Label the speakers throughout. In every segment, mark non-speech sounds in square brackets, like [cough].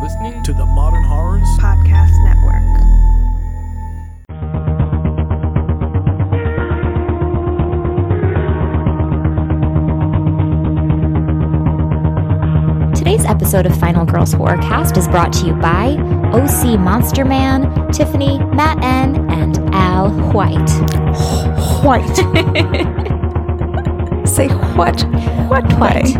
Speaker 1: listening
Speaker 2: to the Modern Horrors
Speaker 3: Podcast Network.
Speaker 4: Today's episode of Final Girls Horrorcast is brought to you by OC Monster Man, Tiffany, Matt N, and Al White.
Speaker 5: White. Say what? What
Speaker 4: White.
Speaker 5: way?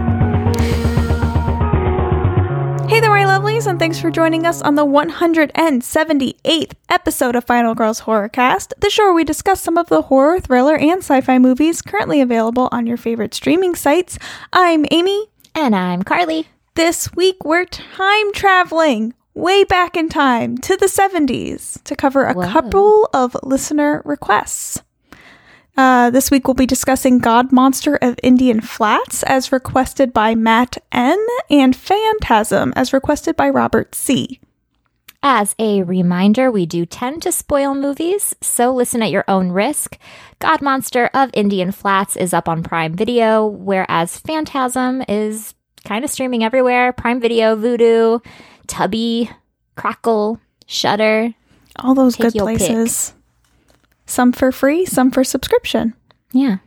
Speaker 3: Hey there, my lovelies, and thanks for joining us on the 178th episode of Final Girls Horrorcast, the show where we discuss some of the horror, thriller, and sci fi movies currently available on your favorite streaming sites. I'm Amy.
Speaker 4: And I'm Carly.
Speaker 3: This week we're time traveling way back in time to the 70s to cover a
Speaker 4: Whoa.
Speaker 3: couple of listener requests. Uh, this week we'll be discussing God Monster of Indian Flats as requested by Matt N and Phantasm as requested by Robert C.
Speaker 4: As a reminder, we do tend to spoil movies, so listen at your own risk. God Monster of Indian Flats is up on Prime Video, whereas Phantasm is kind of streaming everywhere Prime Video, Voodoo, Tubby, Crackle, Shudder.
Speaker 3: All those
Speaker 4: Take
Speaker 3: good
Speaker 4: your pick.
Speaker 3: places. Some for free, some for subscription.
Speaker 4: Yeah.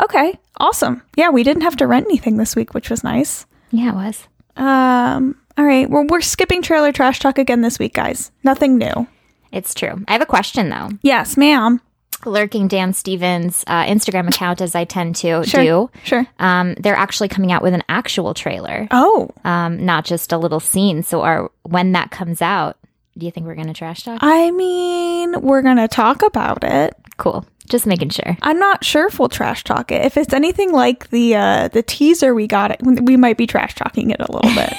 Speaker 3: Okay, awesome. Yeah, we didn't have to rent anything this week, which was nice.
Speaker 4: Yeah, it was.
Speaker 3: Um. All right. Well, we're skipping trailer trash talk again this week, guys. Nothing new.
Speaker 4: It's true. I have a question though.
Speaker 3: Yes, ma'am.
Speaker 4: Lurking Dan Stevens' uh, Instagram account, as I tend to
Speaker 3: Sure.
Speaker 4: do,
Speaker 3: Sure.
Speaker 4: um, they're actually coming out with an actual trailer,
Speaker 3: Oh,
Speaker 4: um, not just a little scene. So, our, when that comes out, do you think we're going to trash talk?
Speaker 3: I mean, we're gonna talk about it.
Speaker 4: cool. Just making sure.
Speaker 3: I'm not sure if we'll trash talk it. If it's anything like the uh, the teaser we got, we might be trash talking it a
Speaker 4: [laughs]
Speaker 3: little bit.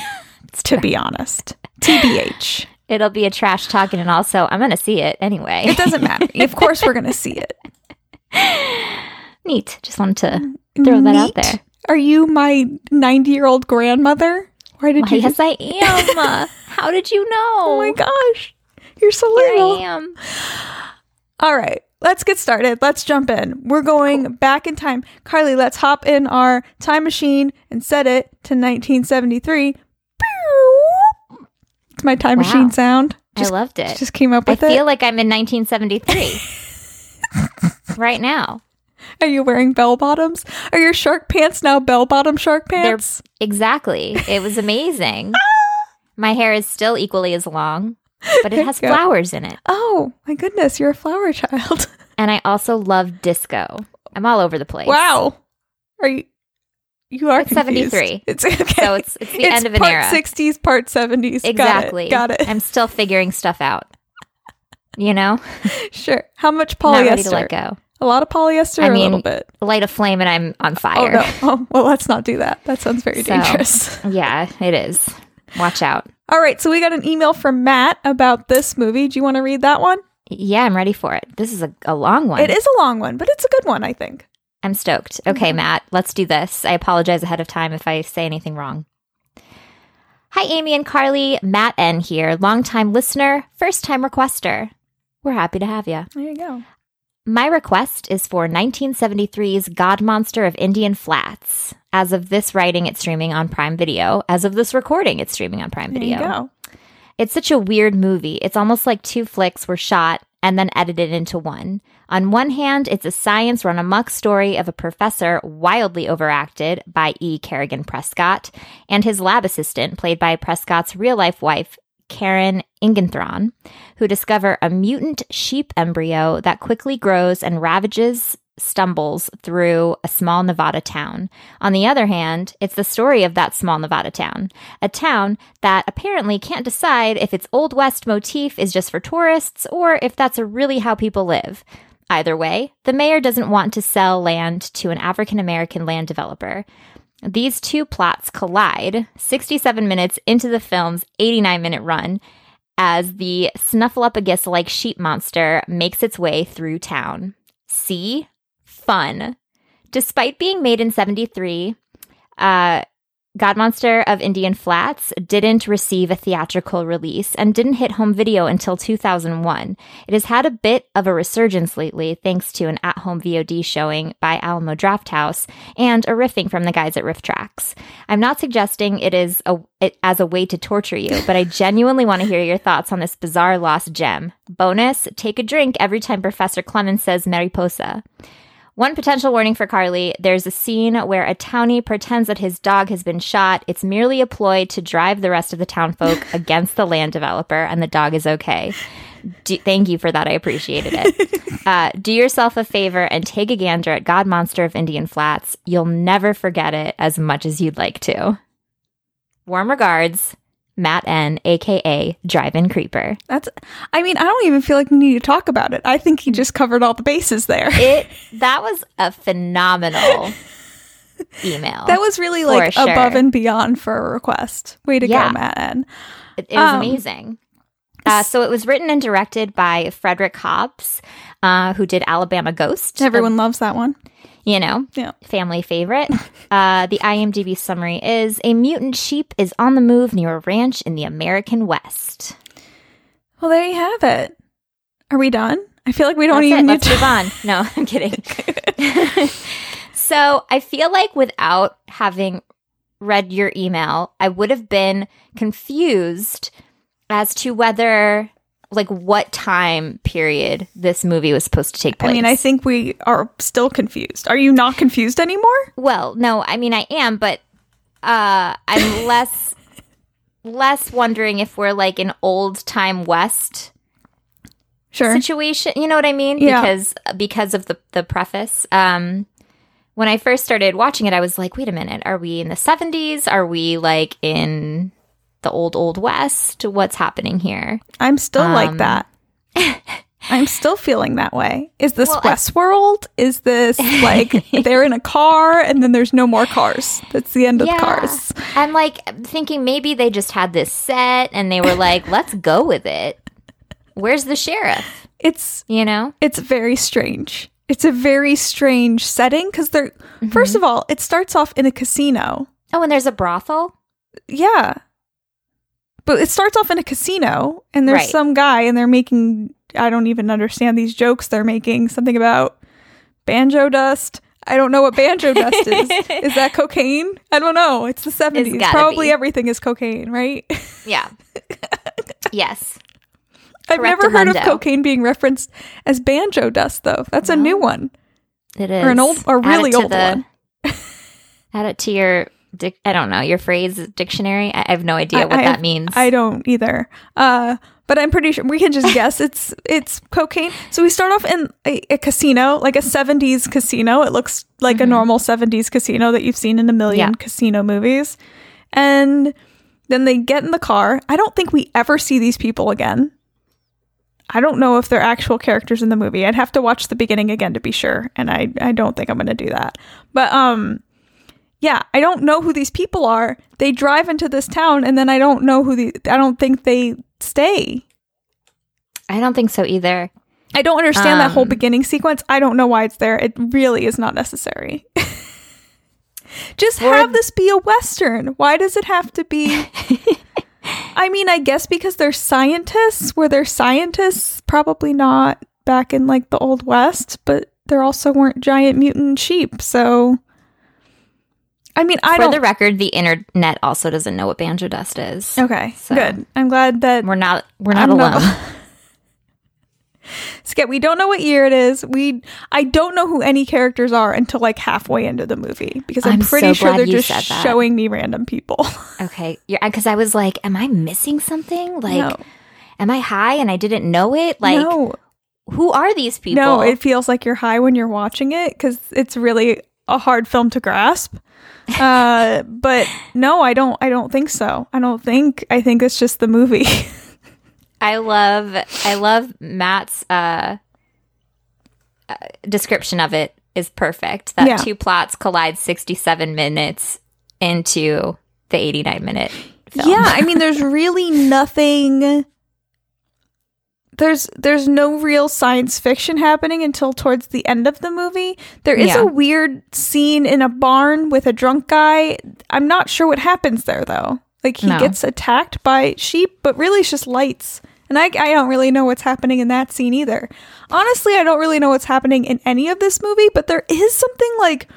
Speaker 3: to be honest, tbh.
Speaker 4: It'll be a trash talking, and also I'm going to see it anyway.
Speaker 3: It
Speaker 4: [laughs]
Speaker 3: doesn't matter. of course, we're gonna see it.
Speaker 4: Neat. Just wanted to throw that out
Speaker 3: Mm, Neat.
Speaker 4: there.
Speaker 3: Are you my 90 year old grandmother? Why did
Speaker 4: Why,
Speaker 3: you?
Speaker 4: yes, I
Speaker 3: [laughs]
Speaker 4: am. How did you know?
Speaker 3: oh my gosh, you're so
Speaker 4: Here
Speaker 3: little.
Speaker 4: I am.
Speaker 3: All right, let's get started. Let's jump in. We're going back in time. Carly, let's hop in our time machine and set it to 1973. Pew! It's my time
Speaker 4: Wow.
Speaker 3: machine sound. Just,
Speaker 4: I loved it.
Speaker 3: just came up
Speaker 4: I
Speaker 3: with it.
Speaker 4: feel like I'm in
Speaker 3: [laughs]
Speaker 4: 1973 right now.
Speaker 3: Are you wearing bell bottoms? Are your shark pants now bell bottom shark
Speaker 4: They're
Speaker 3: pants? Ah.
Speaker 4: exactly. It was
Speaker 3: [laughs]
Speaker 4: amazing. My hair is still equally as long, but it has
Speaker 3: you go.
Speaker 4: flowers in it.
Speaker 3: oh my goodness, you're a
Speaker 4: [laughs]
Speaker 3: flower child.
Speaker 4: And I also love disco. I'm all over the place.
Speaker 3: wow. Are you? You are
Speaker 4: It's 73.
Speaker 3: confused. It's [laughs] okay.
Speaker 4: So it's- it's the end of an
Speaker 3: part
Speaker 4: era.
Speaker 3: 60s, part 70s. Got it.
Speaker 4: Exactly.
Speaker 3: Got it.
Speaker 4: I'm still figuring stuff out. You know?
Speaker 3: Sure. How much
Speaker 4: Not
Speaker 3: polyester?
Speaker 4: ready to let go.
Speaker 3: A lot of polyester
Speaker 4: I
Speaker 3: or a
Speaker 4: mean,
Speaker 3: little bit?
Speaker 4: Light a flame and I'm on
Speaker 3: Oh,
Speaker 4: fire.
Speaker 3: no. [laughs] oh, well, let's not do that. That sounds very
Speaker 4: So.
Speaker 3: dangerous. [laughs]
Speaker 4: Yeah, it is. Watch out.
Speaker 3: All right. So we got an email from Matt about this movie. Do you want to read that one?
Speaker 4: Yeah, I'm ready for it. This is a, a long one.
Speaker 3: It is a long one, but it's a good one, I think.
Speaker 4: I'm stoked.
Speaker 3: Mm-hmm.
Speaker 4: Okay, Matt, let's do this. I apologize ahead of time if I say anything wrong. Hi, Amy and Carly. Matt N here, longtime listener, first time requester. We're happy to have you.
Speaker 3: There you go.
Speaker 4: My request is for 1973's God Monster of Indian Flats. As of this writing, it's streaming on Prime Video. As of this recording, it's streaming on Prime
Speaker 3: There
Speaker 4: Video.
Speaker 3: you go.
Speaker 4: It's such a weird movie. It's almost like two flicks were shot and then edited into one. On one hand, it's a science run amok story of a professor wildly overacted by E. Kerrigan Prescott and his lab assistant, played by Prescott's real life wife, Karen Ingenthron, who discover a mutant sheep embryo that quickly grows and ravages. Stumbles through a small Nevada town. On the other hand, it's the story of that small Nevada town a town that apparently can't decide if its Old West motif is just for tourists or if that's really how people live. Either way, the mayor doesn't want to sell land to an African American land developer. These two plots collide 67 minutes into the film's 89 minute run as the snuffleupagus like sheep monster makes its way through town. See? Fun. Despite being made in 73, uh, God Monster of Indian Flats didn't receive a theatrical release and didn't hit home video until 2001. It has had a bit of a resurgence lately thanks to an at home VOD showing by Alamo Drafthouse and a riffing from the guys at Riff Tracks. I'm not suggesting it is a, it, as a way to torture you, but I genuinely want to hear your thoughts on this bizarre lost gem. Bonus take a drink every time Professor Clemens says Mariposa. One potential warning for Carly there's a scene where a townie pretends that his dog has been shot. It's merely a ploy to drive the rest of the townfolk [laughs] against the land developer, and the dog is okay. Do, thank you for that. I appreciated it. Uh, do yourself a favor and take a gander at God Monster of Indian Flats. You'll never forget it as much as you'd like to. Warm regards, Matt N, aka Drive In Creeper.
Speaker 3: That's, I mean, I don't even feel like we need to talk about it. I think
Speaker 4: Mm.
Speaker 3: he just covered all the bases there.
Speaker 4: It that was a phenomenal email.
Speaker 3: [laughs] That was really like
Speaker 4: sure.
Speaker 3: above and beyond for a request. Way to
Speaker 4: Yeah.
Speaker 3: go, Matt N.
Speaker 4: It, it was
Speaker 3: Um,
Speaker 4: amazing. Uh, so it was written and directed by Frederick Hobbs, uh, who did Alabama Ghost.
Speaker 3: Everyone loves that one.
Speaker 4: you know,
Speaker 3: Yeah.
Speaker 4: family favorite. [laughs] uh, the IMDb summary is: A mutant sheep is on the move near a ranch in the American West.
Speaker 3: Well, there you have it. Are we done? I feel like we don't
Speaker 4: That's
Speaker 3: even
Speaker 4: it. Let's
Speaker 3: need to.
Speaker 4: move on. No, [laughs] I'm kidding. [laughs] so I feel like without having read your email, I would have been confused as to whether, like, what time period this movie was supposed to take place.
Speaker 3: I mean, I think we are still confused. Are you not confused anymore?
Speaker 4: well, no, I mean I am, but uh,
Speaker 3: [laughs]
Speaker 4: I'm less less wondering if we're like an old time West
Speaker 3: Sure.
Speaker 4: situation. You know what I mean?
Speaker 3: Yeah.
Speaker 4: Because uh, because of the the preface. Um, when I first started watching it, I was like, wait a minute, are we in the seventies? Are we like in the old old West? What's happening here?
Speaker 3: I'm still like
Speaker 4: Um, [laughs]
Speaker 3: that. I'm still feeling that way. Is this
Speaker 4: Well, I-
Speaker 3: Westworld? Is this
Speaker 4: [laughs]
Speaker 3: like they're in a car and then there's no more cars? That's the end of the cars.
Speaker 4: I'm like thinking maybe they just had this set and they were
Speaker 3: [laughs]
Speaker 4: like, let's go with it. Where's the sheriff?
Speaker 3: It's
Speaker 4: You know?
Speaker 3: it's very strange. It's a very strange setting because they're
Speaker 4: Mm-hmm.
Speaker 3: first of all, it starts off in a casino.
Speaker 4: Oh, and there's a brothel.
Speaker 3: Yeah. But it starts off in a casino and there's
Speaker 4: Right.
Speaker 3: some guy and they're making I don't even understand these jokes they're making something about banjo dust. I don't know what banjo dust
Speaker 4: [laughs]
Speaker 3: is. Is that cocaine? I don't know. It's the 70s.
Speaker 4: gotta
Speaker 3: Probably
Speaker 4: be.
Speaker 3: everything is cocaine, right? [laughs]
Speaker 4: [laughs] Yeah. yes.
Speaker 3: I've never heard of
Speaker 4: Correctamundo.
Speaker 3: cocaine being referenced as banjo dust though. That's a new one.
Speaker 4: It is.
Speaker 3: Or an old- or
Speaker 4: Add it
Speaker 3: really
Speaker 4: to
Speaker 3: old one.
Speaker 4: add it to your, dic- I don't know, your phrase dictionary. I, I have no idea
Speaker 3: I-
Speaker 4: what
Speaker 3: I-
Speaker 4: that means.
Speaker 3: I don't either. Uh, but I'm pretty sure we can just guess it's it's cocaine. So we start off in a, a casino, like a 70s casino. It looks like a normal 70s casino that you've seen in a million
Speaker 4: Mm-hmm. Yeah.
Speaker 3: casino movies. And then they get in the car. I don't think we ever see these people again. I don't know if they're actual characters in the movie. I'd have to watch the beginning again to be sure, and I I don't think I'm going to do that. But um yeah, I don't know who these people are. They drive into this town, and then I don't know who the. I don't think they stay.
Speaker 4: I don't think so either.
Speaker 3: I don't understand that whole
Speaker 4: Um,
Speaker 3: beginning sequence. I don't know why it's there. It really is not necessary. [laughs] Just have this be a western. Why does it have to be? I mean, I guess because they're scientists. Were they scientists? Probably not back in like the old west, but there also weren't giant mutant sheep. So, I mean, I
Speaker 4: For
Speaker 3: don't.
Speaker 4: the record, the internet also doesn't know what banjo dust is.
Speaker 3: Okay,
Speaker 4: So-
Speaker 3: good. I'm glad that
Speaker 4: We're not we're not
Speaker 3: I'm
Speaker 4: alone. [laughs]
Speaker 3: not- [laughs] Skip. We don't know what year it is. We I don't know who any characters are until like halfway into the movie because I'm,
Speaker 4: I'm
Speaker 3: pretty
Speaker 4: so
Speaker 3: sure
Speaker 4: glad
Speaker 3: they're
Speaker 4: you
Speaker 3: just
Speaker 4: said that.
Speaker 3: showing me random people. [laughs]
Speaker 4: okay. Because I was like, am I missing something? Like,
Speaker 3: no,
Speaker 4: am I high and I didn't know it? Like,
Speaker 3: no,
Speaker 4: who are these people?
Speaker 3: no. It feels like you're high when you're watching it because it's really a hard film
Speaker 4: [laughs]
Speaker 3: to grasp. Uh, but no, I don't. I don't think so. I don't think. I think it's just the movie. [laughs]
Speaker 4: I love I love Matt's uh, uh, description of it is perfect. That
Speaker 3: Yeah.
Speaker 4: two plots collide 67 minutes into the 89 minute film.
Speaker 3: Yeah, I mean, there's really nothing there's there's no real science fiction happening until towards the end of the movie. There is
Speaker 4: Yeah.
Speaker 3: a weird scene in a barn with a drunk guy. I'm not sure what happens there though. Like he
Speaker 4: No.
Speaker 3: gets attacked by sheep, but really it's just lights. And I, I don't really know what's happening in that scene either. Honestly, I don't really know what's happening in any of this movie, but there is something like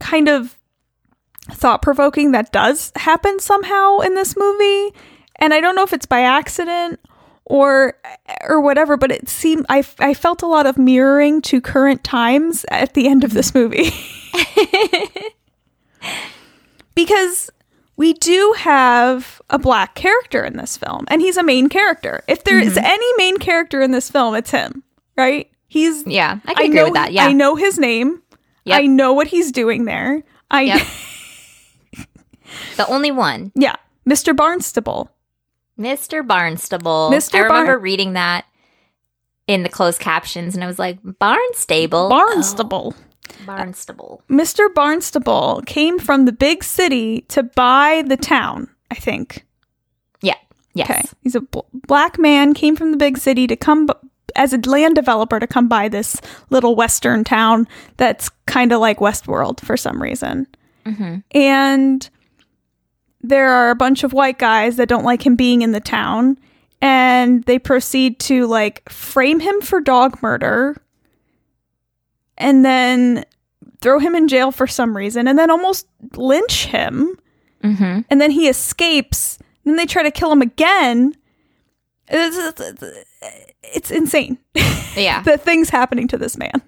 Speaker 3: kind of thought provoking that does happen somehow in this movie. And I don't know if it's by accident or or whatever, but it seemed I, I felt a lot of mirroring to current times at the end of this movie. [laughs] because we do have a black character in this film, and he's a main character. If there is
Speaker 4: Mm-hmm.
Speaker 3: any main character in this film, it's him, right? He's
Speaker 4: Yeah, I can agree
Speaker 3: know,
Speaker 4: with that. Yeah,
Speaker 3: I know his name.
Speaker 4: Yep.
Speaker 3: I know what he's doing there. I
Speaker 4: Yep. the only one,
Speaker 3: [laughs] yeah, Mr. Barnstable.
Speaker 4: Mr. Barnstable.
Speaker 3: Mr.
Speaker 4: I remember
Speaker 3: Barn-
Speaker 4: reading that in the closed captions, and I was like, Barnstable,
Speaker 3: Barnstable.
Speaker 4: Oh, Barnstable.
Speaker 3: Mr. Barnstable came from the big city to buy the town, I think.
Speaker 4: Yeah. Yes.
Speaker 3: Okay. He's a bl- black man, came from the big city to come b- as a land developer to come by this little western town that's kind of like Westworld for some reason.
Speaker 4: Mhm.
Speaker 3: And there are a bunch of white guys that don't like him being in the town. And they proceed to like frame him for dog murder and then throw him in jail for some reason and then almost lynch him
Speaker 4: Mhm.
Speaker 3: and then he escapes. And then they try to kill him again. It's, it's- it's insane
Speaker 4: Yeah.
Speaker 3: the things happening to this man.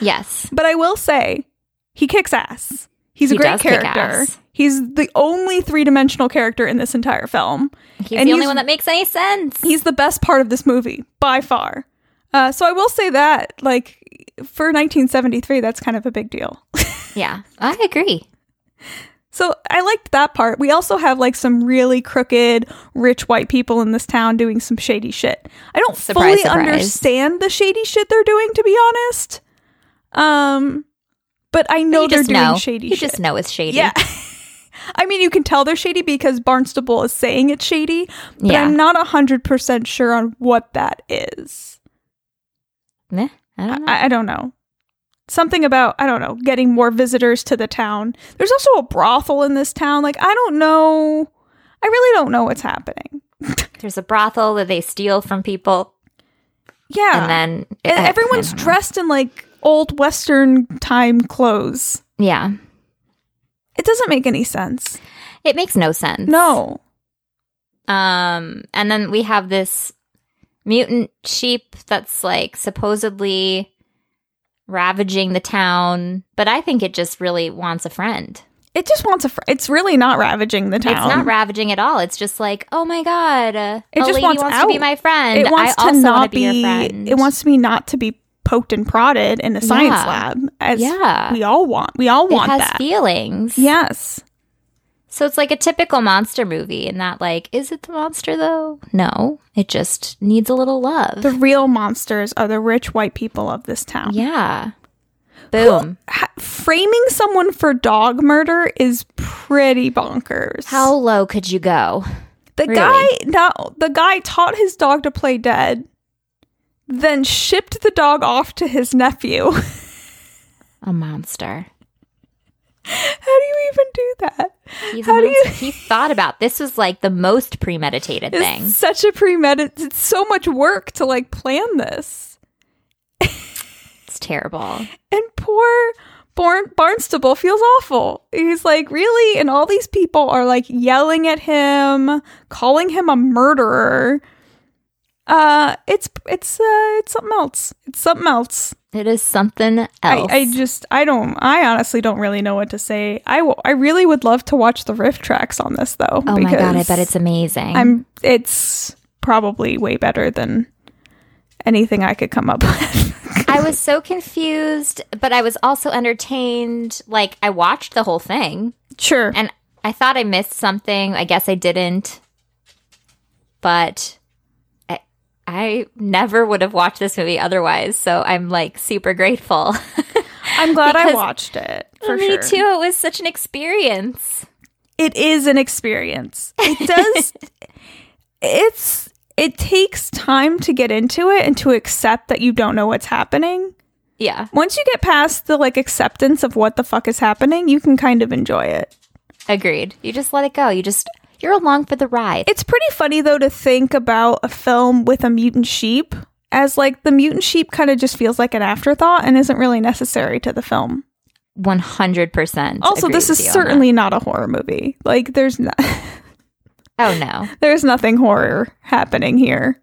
Speaker 4: yes.
Speaker 3: But I will say, he kicks ass. He's a
Speaker 4: He
Speaker 3: great
Speaker 4: does kick
Speaker 3: character.
Speaker 4: ass.
Speaker 3: He's the only three dimensional character in this entire film.
Speaker 4: He's
Speaker 3: And
Speaker 4: the only
Speaker 3: he's-
Speaker 4: one that makes any sense.
Speaker 3: He's the best part of this movie by far. Uh, so I will say that, like, for 1973, that's kind of a big deal.
Speaker 4: yeah, I agree.
Speaker 3: So I liked that part. We also have like some really crooked rich white people in this town doing some shady shit. I don't
Speaker 4: Surprise,
Speaker 3: fully
Speaker 4: surprise.
Speaker 3: understand the shady shit they're doing to be honest. Um but I know
Speaker 4: you
Speaker 3: they're
Speaker 4: just
Speaker 3: doing
Speaker 4: know.
Speaker 3: shady
Speaker 4: you
Speaker 3: shit.
Speaker 4: just know it's shady.
Speaker 3: yeah. [laughs] I mean, you can tell they're shady because Barnstable is saying it's shady, but
Speaker 4: Yeah.
Speaker 3: I'm not 100% sure on what that is.
Speaker 4: Meh, I don't know.
Speaker 3: I, I don't know. Something about, I don't know, getting more visitors to the town. There's also a brothel in this town. Like, I don't know. I really don't know what's happening.
Speaker 4: There's a brothel that they steal from people,
Speaker 3: Yeah.
Speaker 4: and then [laughs]
Speaker 3: E-
Speaker 4: I- I
Speaker 3: everyone's
Speaker 4: don't know.
Speaker 3: dressed in like old Western time clothes.
Speaker 4: Yeah,
Speaker 3: It doesn't make any sense.
Speaker 4: it makes no sense.
Speaker 3: No.
Speaker 4: Um, and then we have this mutant sheep that's like supposedly ravaging the town, but I think it just really wants a friend.
Speaker 3: It just wants a. Fr- it's really not ravaging the town.
Speaker 4: It's not ravaging at all. It's just like, oh my god, uh,
Speaker 3: It
Speaker 4: a
Speaker 3: just
Speaker 4: lady
Speaker 3: wants
Speaker 4: wants, to be
Speaker 3: out.
Speaker 4: my friend.
Speaker 3: it
Speaker 4: I
Speaker 3: wants to
Speaker 4: also want
Speaker 3: not
Speaker 4: to be,
Speaker 3: be.
Speaker 4: your friend.
Speaker 3: It wants to be not to be poked and prodded in a science
Speaker 4: Yeah.
Speaker 3: lab. As
Speaker 4: Yeah.
Speaker 3: we all want. We all want
Speaker 4: it has
Speaker 3: that.
Speaker 4: feelings.
Speaker 3: yes.
Speaker 4: So it's like a typical monster movie in that like is it the monster though? No. It just needs a little love.
Speaker 3: The real monsters are the rich white people of this town.
Speaker 4: yeah. Boom.
Speaker 3: Ha- framing someone for dog murder is pretty bonkers.
Speaker 4: How low could you go?
Speaker 3: the
Speaker 4: really?
Speaker 3: guy no, the guy taught his dog to play dead, then shipped the dog off to his nephew. [laughs] How
Speaker 4: A monster.
Speaker 3: do you even do that?
Speaker 4: He's
Speaker 3: How
Speaker 4: a
Speaker 3: do you-
Speaker 4: monster. he thought about this was like the most premeditated
Speaker 3: [laughs] It's
Speaker 4: thing.
Speaker 3: such a premeditated. It's so much work to like plan this,
Speaker 4: It's terrible.
Speaker 3: and poor. Barn- Barnstable feels awful. He's like, really? And all these people are like yelling at him, calling him a murderer. Uh, it's it's uh, it's something else. It's something else.
Speaker 4: It is something else.
Speaker 3: I, I just I don't I honestly don't really know what to say. I w- I really would love to watch the riff tracks on this though.
Speaker 4: oh my god, I
Speaker 3: because
Speaker 4: bet it's amazing.
Speaker 3: I'm it's probably way better than anything I could come up [laughs] with.
Speaker 4: I was so confused, but I was also entertained. Like I watched the whole thing.
Speaker 3: sure.
Speaker 4: And I thought I missed something. I guess I didn't. But I, I never would have watched this movie otherwise. So I'm like super grateful. [laughs]
Speaker 3: I'm glad I
Speaker 4: because-
Speaker 3: watched it. For
Speaker 4: Me
Speaker 3: sure.
Speaker 4: too. It was such an experience.
Speaker 3: It is an experience. It does it's it takes time to get into it and to accept that you don't know what's happening.
Speaker 4: Yeah,
Speaker 3: Once you get past the like acceptance of what the fuck is happening, you can kind of enjoy it.
Speaker 4: agreed. You just let it go. You just you're along for the ride.
Speaker 3: It's pretty funny though to think about a film with a mutant sheep as like the mutant sheep kind of just feels like an afterthought and isn't really necessary to the film.
Speaker 4: One hundred percent.
Speaker 3: Also, this is certainly not a horror movie. Like there's [laughs] no-
Speaker 4: Oh no.
Speaker 3: there's nothing horror happening here.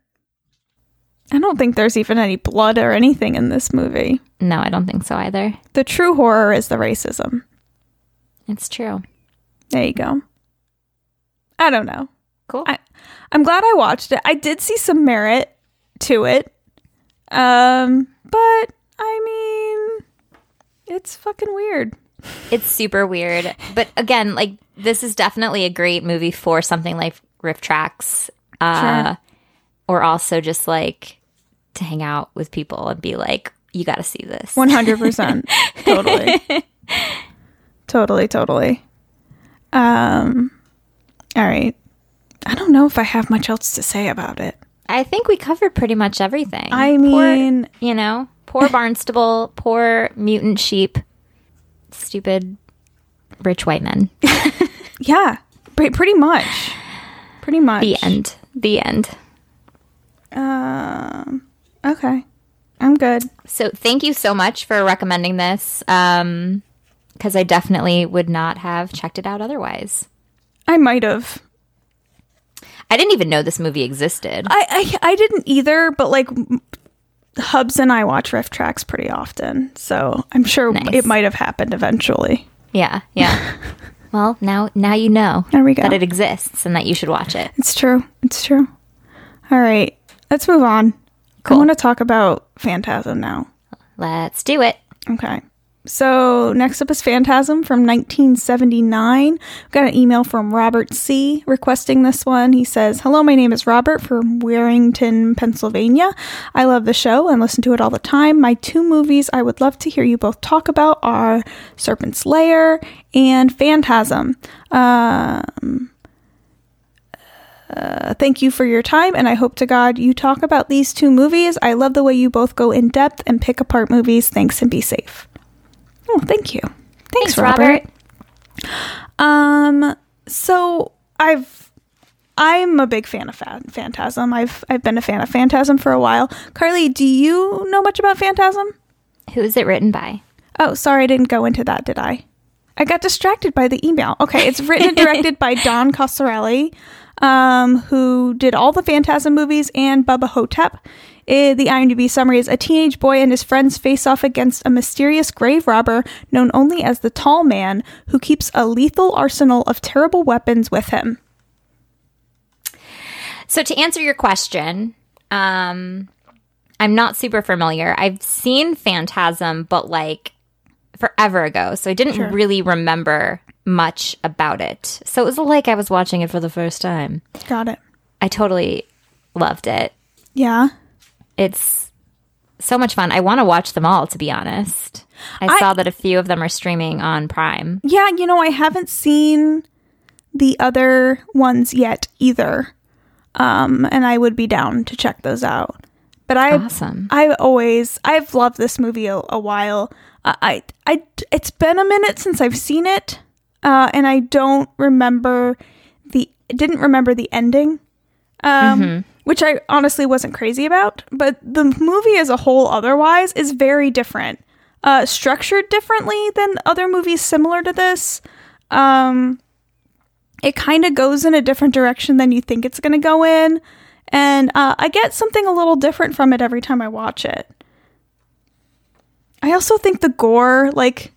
Speaker 3: I don't think there's even any blood or anything in this movie.
Speaker 4: No, I don't think so either.
Speaker 3: The true horror is the racism.
Speaker 4: It's true.
Speaker 3: There you go. I don't know.
Speaker 4: Cool.
Speaker 3: I, I'm glad I watched it. I did see some merit to it. Um, but I mean, it's fucking weird.
Speaker 4: It's super weird. But again, like this is definitely a great movie for something like riff tracks. Uh or also just like to hang out with people and be like, you gotta see this.
Speaker 3: 100%. totally. [laughs] Totally, totally. Um, all right. I don't know if I have much else to say about it.
Speaker 4: I think we covered pretty much everything.
Speaker 3: I
Speaker 4: Poor-
Speaker 3: mean-
Speaker 4: you know, poor Barnstable, poor mutant sheep, stupid rich white men.
Speaker 3: Yeah, pre- pretty much. Pretty much.
Speaker 4: The end. The end.
Speaker 3: Um, okay. I'm good.
Speaker 4: So thank you so much for recommending this. Um because I definitely would not have checked it out otherwise.
Speaker 3: I might have.
Speaker 4: I didn't even know this movie existed.
Speaker 3: I, I I didn't either, but like m- Hubs and I watch riff tracks pretty often, so I'm sure
Speaker 4: Nice.
Speaker 3: it might have happened eventually.
Speaker 4: Yeah, yeah. well, now now you know
Speaker 3: There we go.
Speaker 4: that it exists and that you should watch it.
Speaker 3: It's true. It's true. All right, let's move on. I
Speaker 4: Cool.
Speaker 3: want to talk about Phantasm now.
Speaker 4: Let's do it.
Speaker 3: Okay. So next up is Phantasm from 1979. I've got an email from Robert C. requesting this one. He says, Hello, my name is Robert from Warrington, Pennsylvania. I love the show and listen to it all the time. My two movies I would love to hear you both talk about are Serpent's Lair and Phantasm. thank you for your time, and I hope to God you talk about these two movies. I love the way you both go in depth and pick apart movies. Thanks and be safe. Oh, thank you. Thanks,
Speaker 4: Thanks, Robert.
Speaker 3: Um, so I've I'm a big fan of Fa- Phantasm. I've I've been a fan of Phantasm for a while. Carly, do you know much about Phantasm?
Speaker 4: Who is it written by?
Speaker 3: Oh, sorry, I didn't go into that, did I? I got distracted by the email. Okay, it's written and directed by Don Coscarelli, um, who did all the Phantasm movies and Bubba Hotep. Eh, the IMDb summary is a teenage boy and his friends face off against a mysterious grave robber known only as the Tall Man, who keeps a lethal arsenal of terrible weapons with him.
Speaker 4: So to answer your question, um I'm not super familiar. I've seen Phantasm, but like forever ago. So I didn't really remember much about it. So it was like I was watching it for the first time.
Speaker 3: Got it.
Speaker 4: I totally loved it.
Speaker 3: Yeah.
Speaker 4: it's so much fun. I want to watch them all, to be honest. I,
Speaker 3: I-
Speaker 4: saw that a few of them are streaming on Prime.
Speaker 3: Yeah, you know, I haven't seen the other ones yet either. Um, and I would be down to check those out. But I
Speaker 4: Awesome.
Speaker 3: I've always I've loved this movie a, a while. I, I I it's been a minute since I've seen it. Uh, and I don't remember the didn't remember the ending. Um which I honestly wasn't crazy about, but the movie as a whole otherwise is very different. Uh structured differently than other movies similar to this Um, it kind of goes in a different direction than you think it's going to go in. And uh, I get something a little different from it every time I watch it. I also think the gore, like,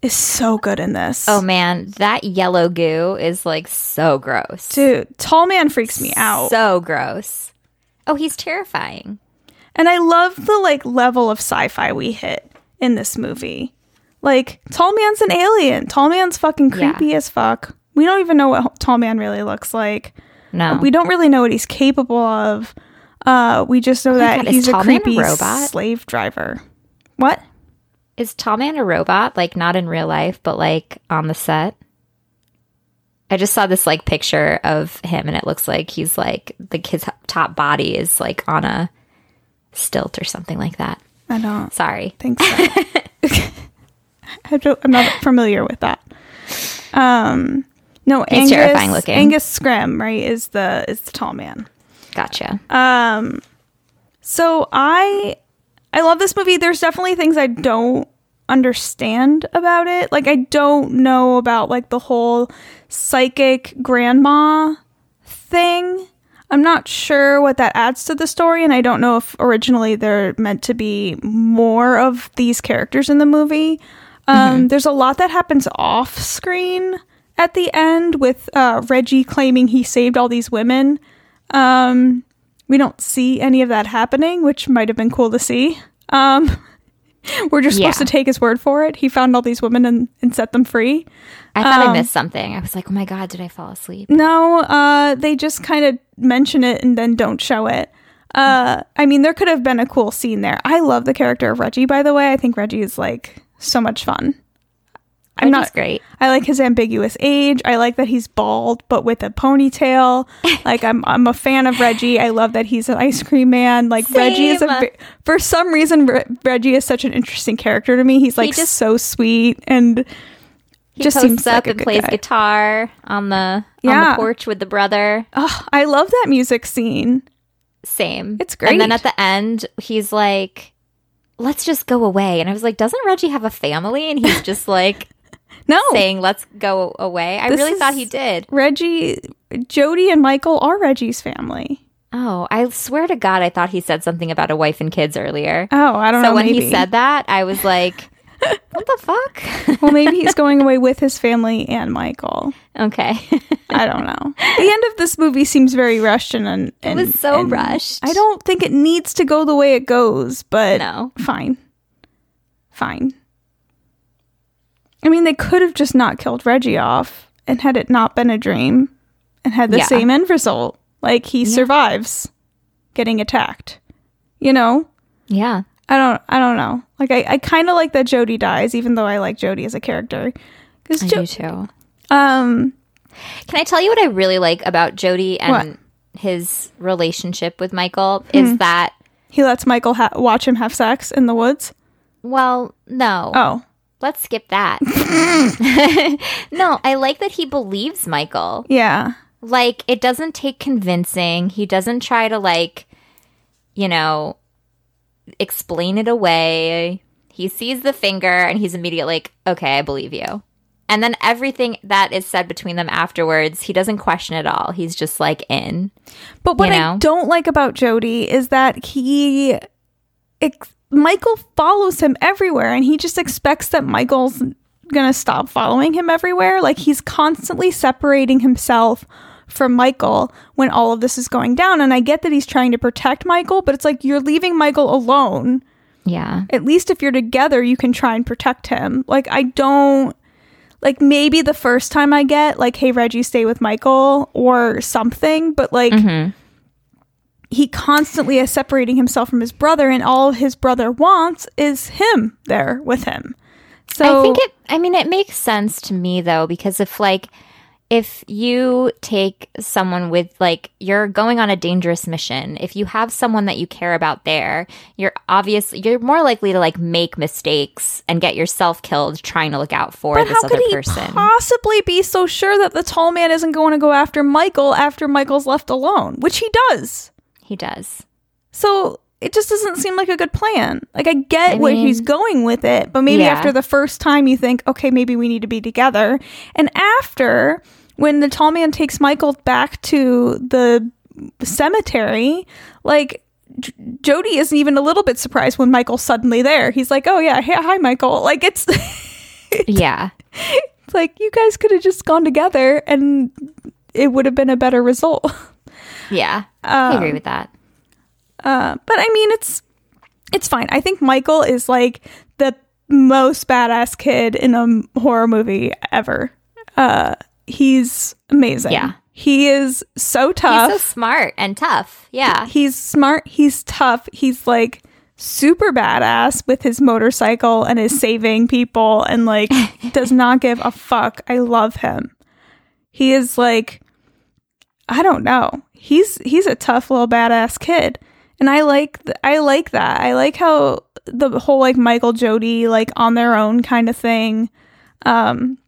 Speaker 3: is so good in this.
Speaker 4: Oh man, that yellow goo is like so gross.
Speaker 3: dude, Tall Man freaks me out.
Speaker 4: So gross. Oh, he's terrifying.
Speaker 3: And I love the like level of sci-fi we hit in this movie. Like Tall Man's an alien. Tall Man's fucking creepy as fuck. We don't even know what Tall Man really looks like.
Speaker 4: No.
Speaker 3: We don't really know what he's capable of. Uh, we just know that
Speaker 4: Oh God, is
Speaker 3: he's a
Speaker 4: Tall Man a
Speaker 3: creepy
Speaker 4: robot?
Speaker 3: slave driver. What?
Speaker 4: Is Tall Man a robot? Like not in real life, but like on the set? I just saw this like picture of him, and it looks like he's like the his top body is like on a stilt or something like that.
Speaker 3: I don't
Speaker 4: Sorry.
Speaker 3: think
Speaker 4: [laughs]
Speaker 3: so. I don't, I'm not familiar with that. Um, no,
Speaker 4: He's
Speaker 3: Angus,
Speaker 4: terrifying looking.
Speaker 3: Angus Scrim, right, is the is the tall man.
Speaker 4: Gotcha.
Speaker 3: So I I love this movie. There's definitely things I don't understand about it. Like I don't know about like the whole psychic grandma thing. I'm not sure what that adds to the story and I don't know if originally they're meant to be more of these characters in the movie. Um, There's a lot that happens off screen at the end with uh, Reggie claiming he saved all these women. Um, we don't see any of that happening, which might have been cool to see. Um, [laughs] we're just supposed
Speaker 4: Yeah.
Speaker 3: to take his word for it. He found all these women and, and set them free.
Speaker 4: I thought
Speaker 3: Um,
Speaker 4: I missed something. I was like, oh my god, did I fall asleep?
Speaker 3: No, uh, they just kind of mention it and then don't show it. Uh, I mean, there could have been a cool scene there. I love the character of Reggie, by the way. I think Reggie is like so much fun. I'm
Speaker 4: Which
Speaker 3: not
Speaker 4: is great.
Speaker 3: I like his ambiguous age. I like that he's bald but with
Speaker 4: [laughs]
Speaker 3: a ponytail. Like I'm I'm a fan of Reggie. I love that he's an ice cream man. Like Reggie is a
Speaker 4: Same.
Speaker 3: ve- for some reason Re- Reggie is such an interesting character to me. He's like
Speaker 4: just-
Speaker 3: so sweet and
Speaker 4: He
Speaker 3: just
Speaker 4: posts
Speaker 3: seems
Speaker 4: up
Speaker 3: like a
Speaker 4: and
Speaker 3: good
Speaker 4: plays
Speaker 3: guy.
Speaker 4: guitar on the on
Speaker 3: Yeah.
Speaker 4: the porch with the brother.
Speaker 3: Ugh, I love that music scene.
Speaker 4: Same.
Speaker 3: It's
Speaker 4: And then at
Speaker 3: great.
Speaker 4: the end, he's like, "Let's just go away." And I was like, "Doesn't Reggie have a family?" And he's
Speaker 3: [laughs]
Speaker 4: just like
Speaker 3: No,
Speaker 4: saying, "Let's go away." I
Speaker 3: Oh. This
Speaker 4: really thought he
Speaker 3: is-
Speaker 4: did.
Speaker 3: Reggie, Jody, and Michael are Reggie's family.
Speaker 4: Oh, I swear to God, I thought he said something about a wife and kids earlier.
Speaker 3: Oh, I don't
Speaker 4: so
Speaker 3: know.
Speaker 4: when
Speaker 3: maybe.
Speaker 4: he said that, I was
Speaker 3: [laughs]
Speaker 4: like, "What the fuck?" [laughs]
Speaker 3: well, maybe he's going away with his family and Michael.
Speaker 4: okay, [laughs]
Speaker 3: I don't know. The end of this movie seems very rushed and, and
Speaker 4: it was so
Speaker 3: and
Speaker 4: rushed.
Speaker 3: I don't think it needs to go the way it goes, but
Speaker 4: know.
Speaker 3: fine, fine. I mean, they could have just not killed Reggie off, and had it not been a dream, and had the
Speaker 4: Yeah.
Speaker 3: same end result, like he survives getting attacked. You know,
Speaker 4: Yeah,
Speaker 3: I don't, I don't know. Like I, I kind of like that Jody dies, even though I like Jody as a character. Because
Speaker 4: I
Speaker 3: jo-
Speaker 4: do too.
Speaker 3: um,
Speaker 4: Can I tell you what I really like about Jody and his relationship with Michael is that
Speaker 3: he lets Michael ha- watch him have sex in the woods.
Speaker 4: well, no.
Speaker 3: Oh,
Speaker 4: Let's skip that. [laughs] no, I like that he believes Michael.
Speaker 3: yeah.
Speaker 4: Like it doesn't take convincing. He doesn't try to like you know explain it away. He sees the finger and he's immediately like, "Okay, I believe you." And then everything that is said between them afterwards, he doesn't question at all. He's just like in.
Speaker 3: But what
Speaker 4: you know?
Speaker 3: I don't like about Jody is that he, ex- Michael follows him everywhere, and he just expects that Michael's gonna stop following him everywhere. Like he's constantly separating himself from Michael when all of this is going down. And I get that he's trying to protect Michael, but it's like you're leaving Michael alone.
Speaker 4: Yeah.
Speaker 3: At least if you're together, you can try and protect him. Like I don't. Like maybe the first time I get like, hey Reggie, stay with Michael or something, but like
Speaker 4: Mm-hmm.
Speaker 3: he constantly is separating himself from his brother, and all his brother wants is him there with him. So
Speaker 4: I think it I mean it makes sense to me though because if like if you take someone with like you're going on a dangerous mission, if you have someone that you care about there, you're obviously you're more likely to like make mistakes and get yourself killed trying to look out for
Speaker 3: but
Speaker 4: this
Speaker 3: how
Speaker 4: other
Speaker 3: could he
Speaker 4: person.
Speaker 3: possibly be so sure that the tall man isn't going to go after Michael after Michael's left alone, which he does.
Speaker 4: he does.
Speaker 3: So it just doesn't seem like a good plan. Like I get
Speaker 4: I
Speaker 3: where
Speaker 4: mean-
Speaker 3: he's going with it, but maybe
Speaker 4: Yeah.
Speaker 3: after the first time you think, okay, maybe we need to be together. And after when the tall man takes Michael back to the cemetery, like J- Jody isn't even a little bit surprised when Michael's suddenly there. He's like, "Oh yeah, hey, hi Michael." [laughs] Like it's,
Speaker 4: Yeah.
Speaker 3: it's like you guys could have just gone together and it would have been a better result. [laughs]
Speaker 4: Yeah.
Speaker 3: Um,
Speaker 4: I agree with that.
Speaker 3: Uh, but I mean, it's it's fine. I think Michael is like the most badass kid in a m- horror movie ever. Uh, he's amazing.
Speaker 4: Yeah.
Speaker 3: he is so
Speaker 4: He's
Speaker 3: tough.
Speaker 4: so smart and tough. Yeah.
Speaker 3: He's smart. He's tough. He's like super badass with his motorcycle and is saving people and like does not give a fuck. I love him. He is like I don't know. He's he's a tough little badass kid. And I like th- I like that. I like how the whole like Michael Jody like on their own kind of thing. Um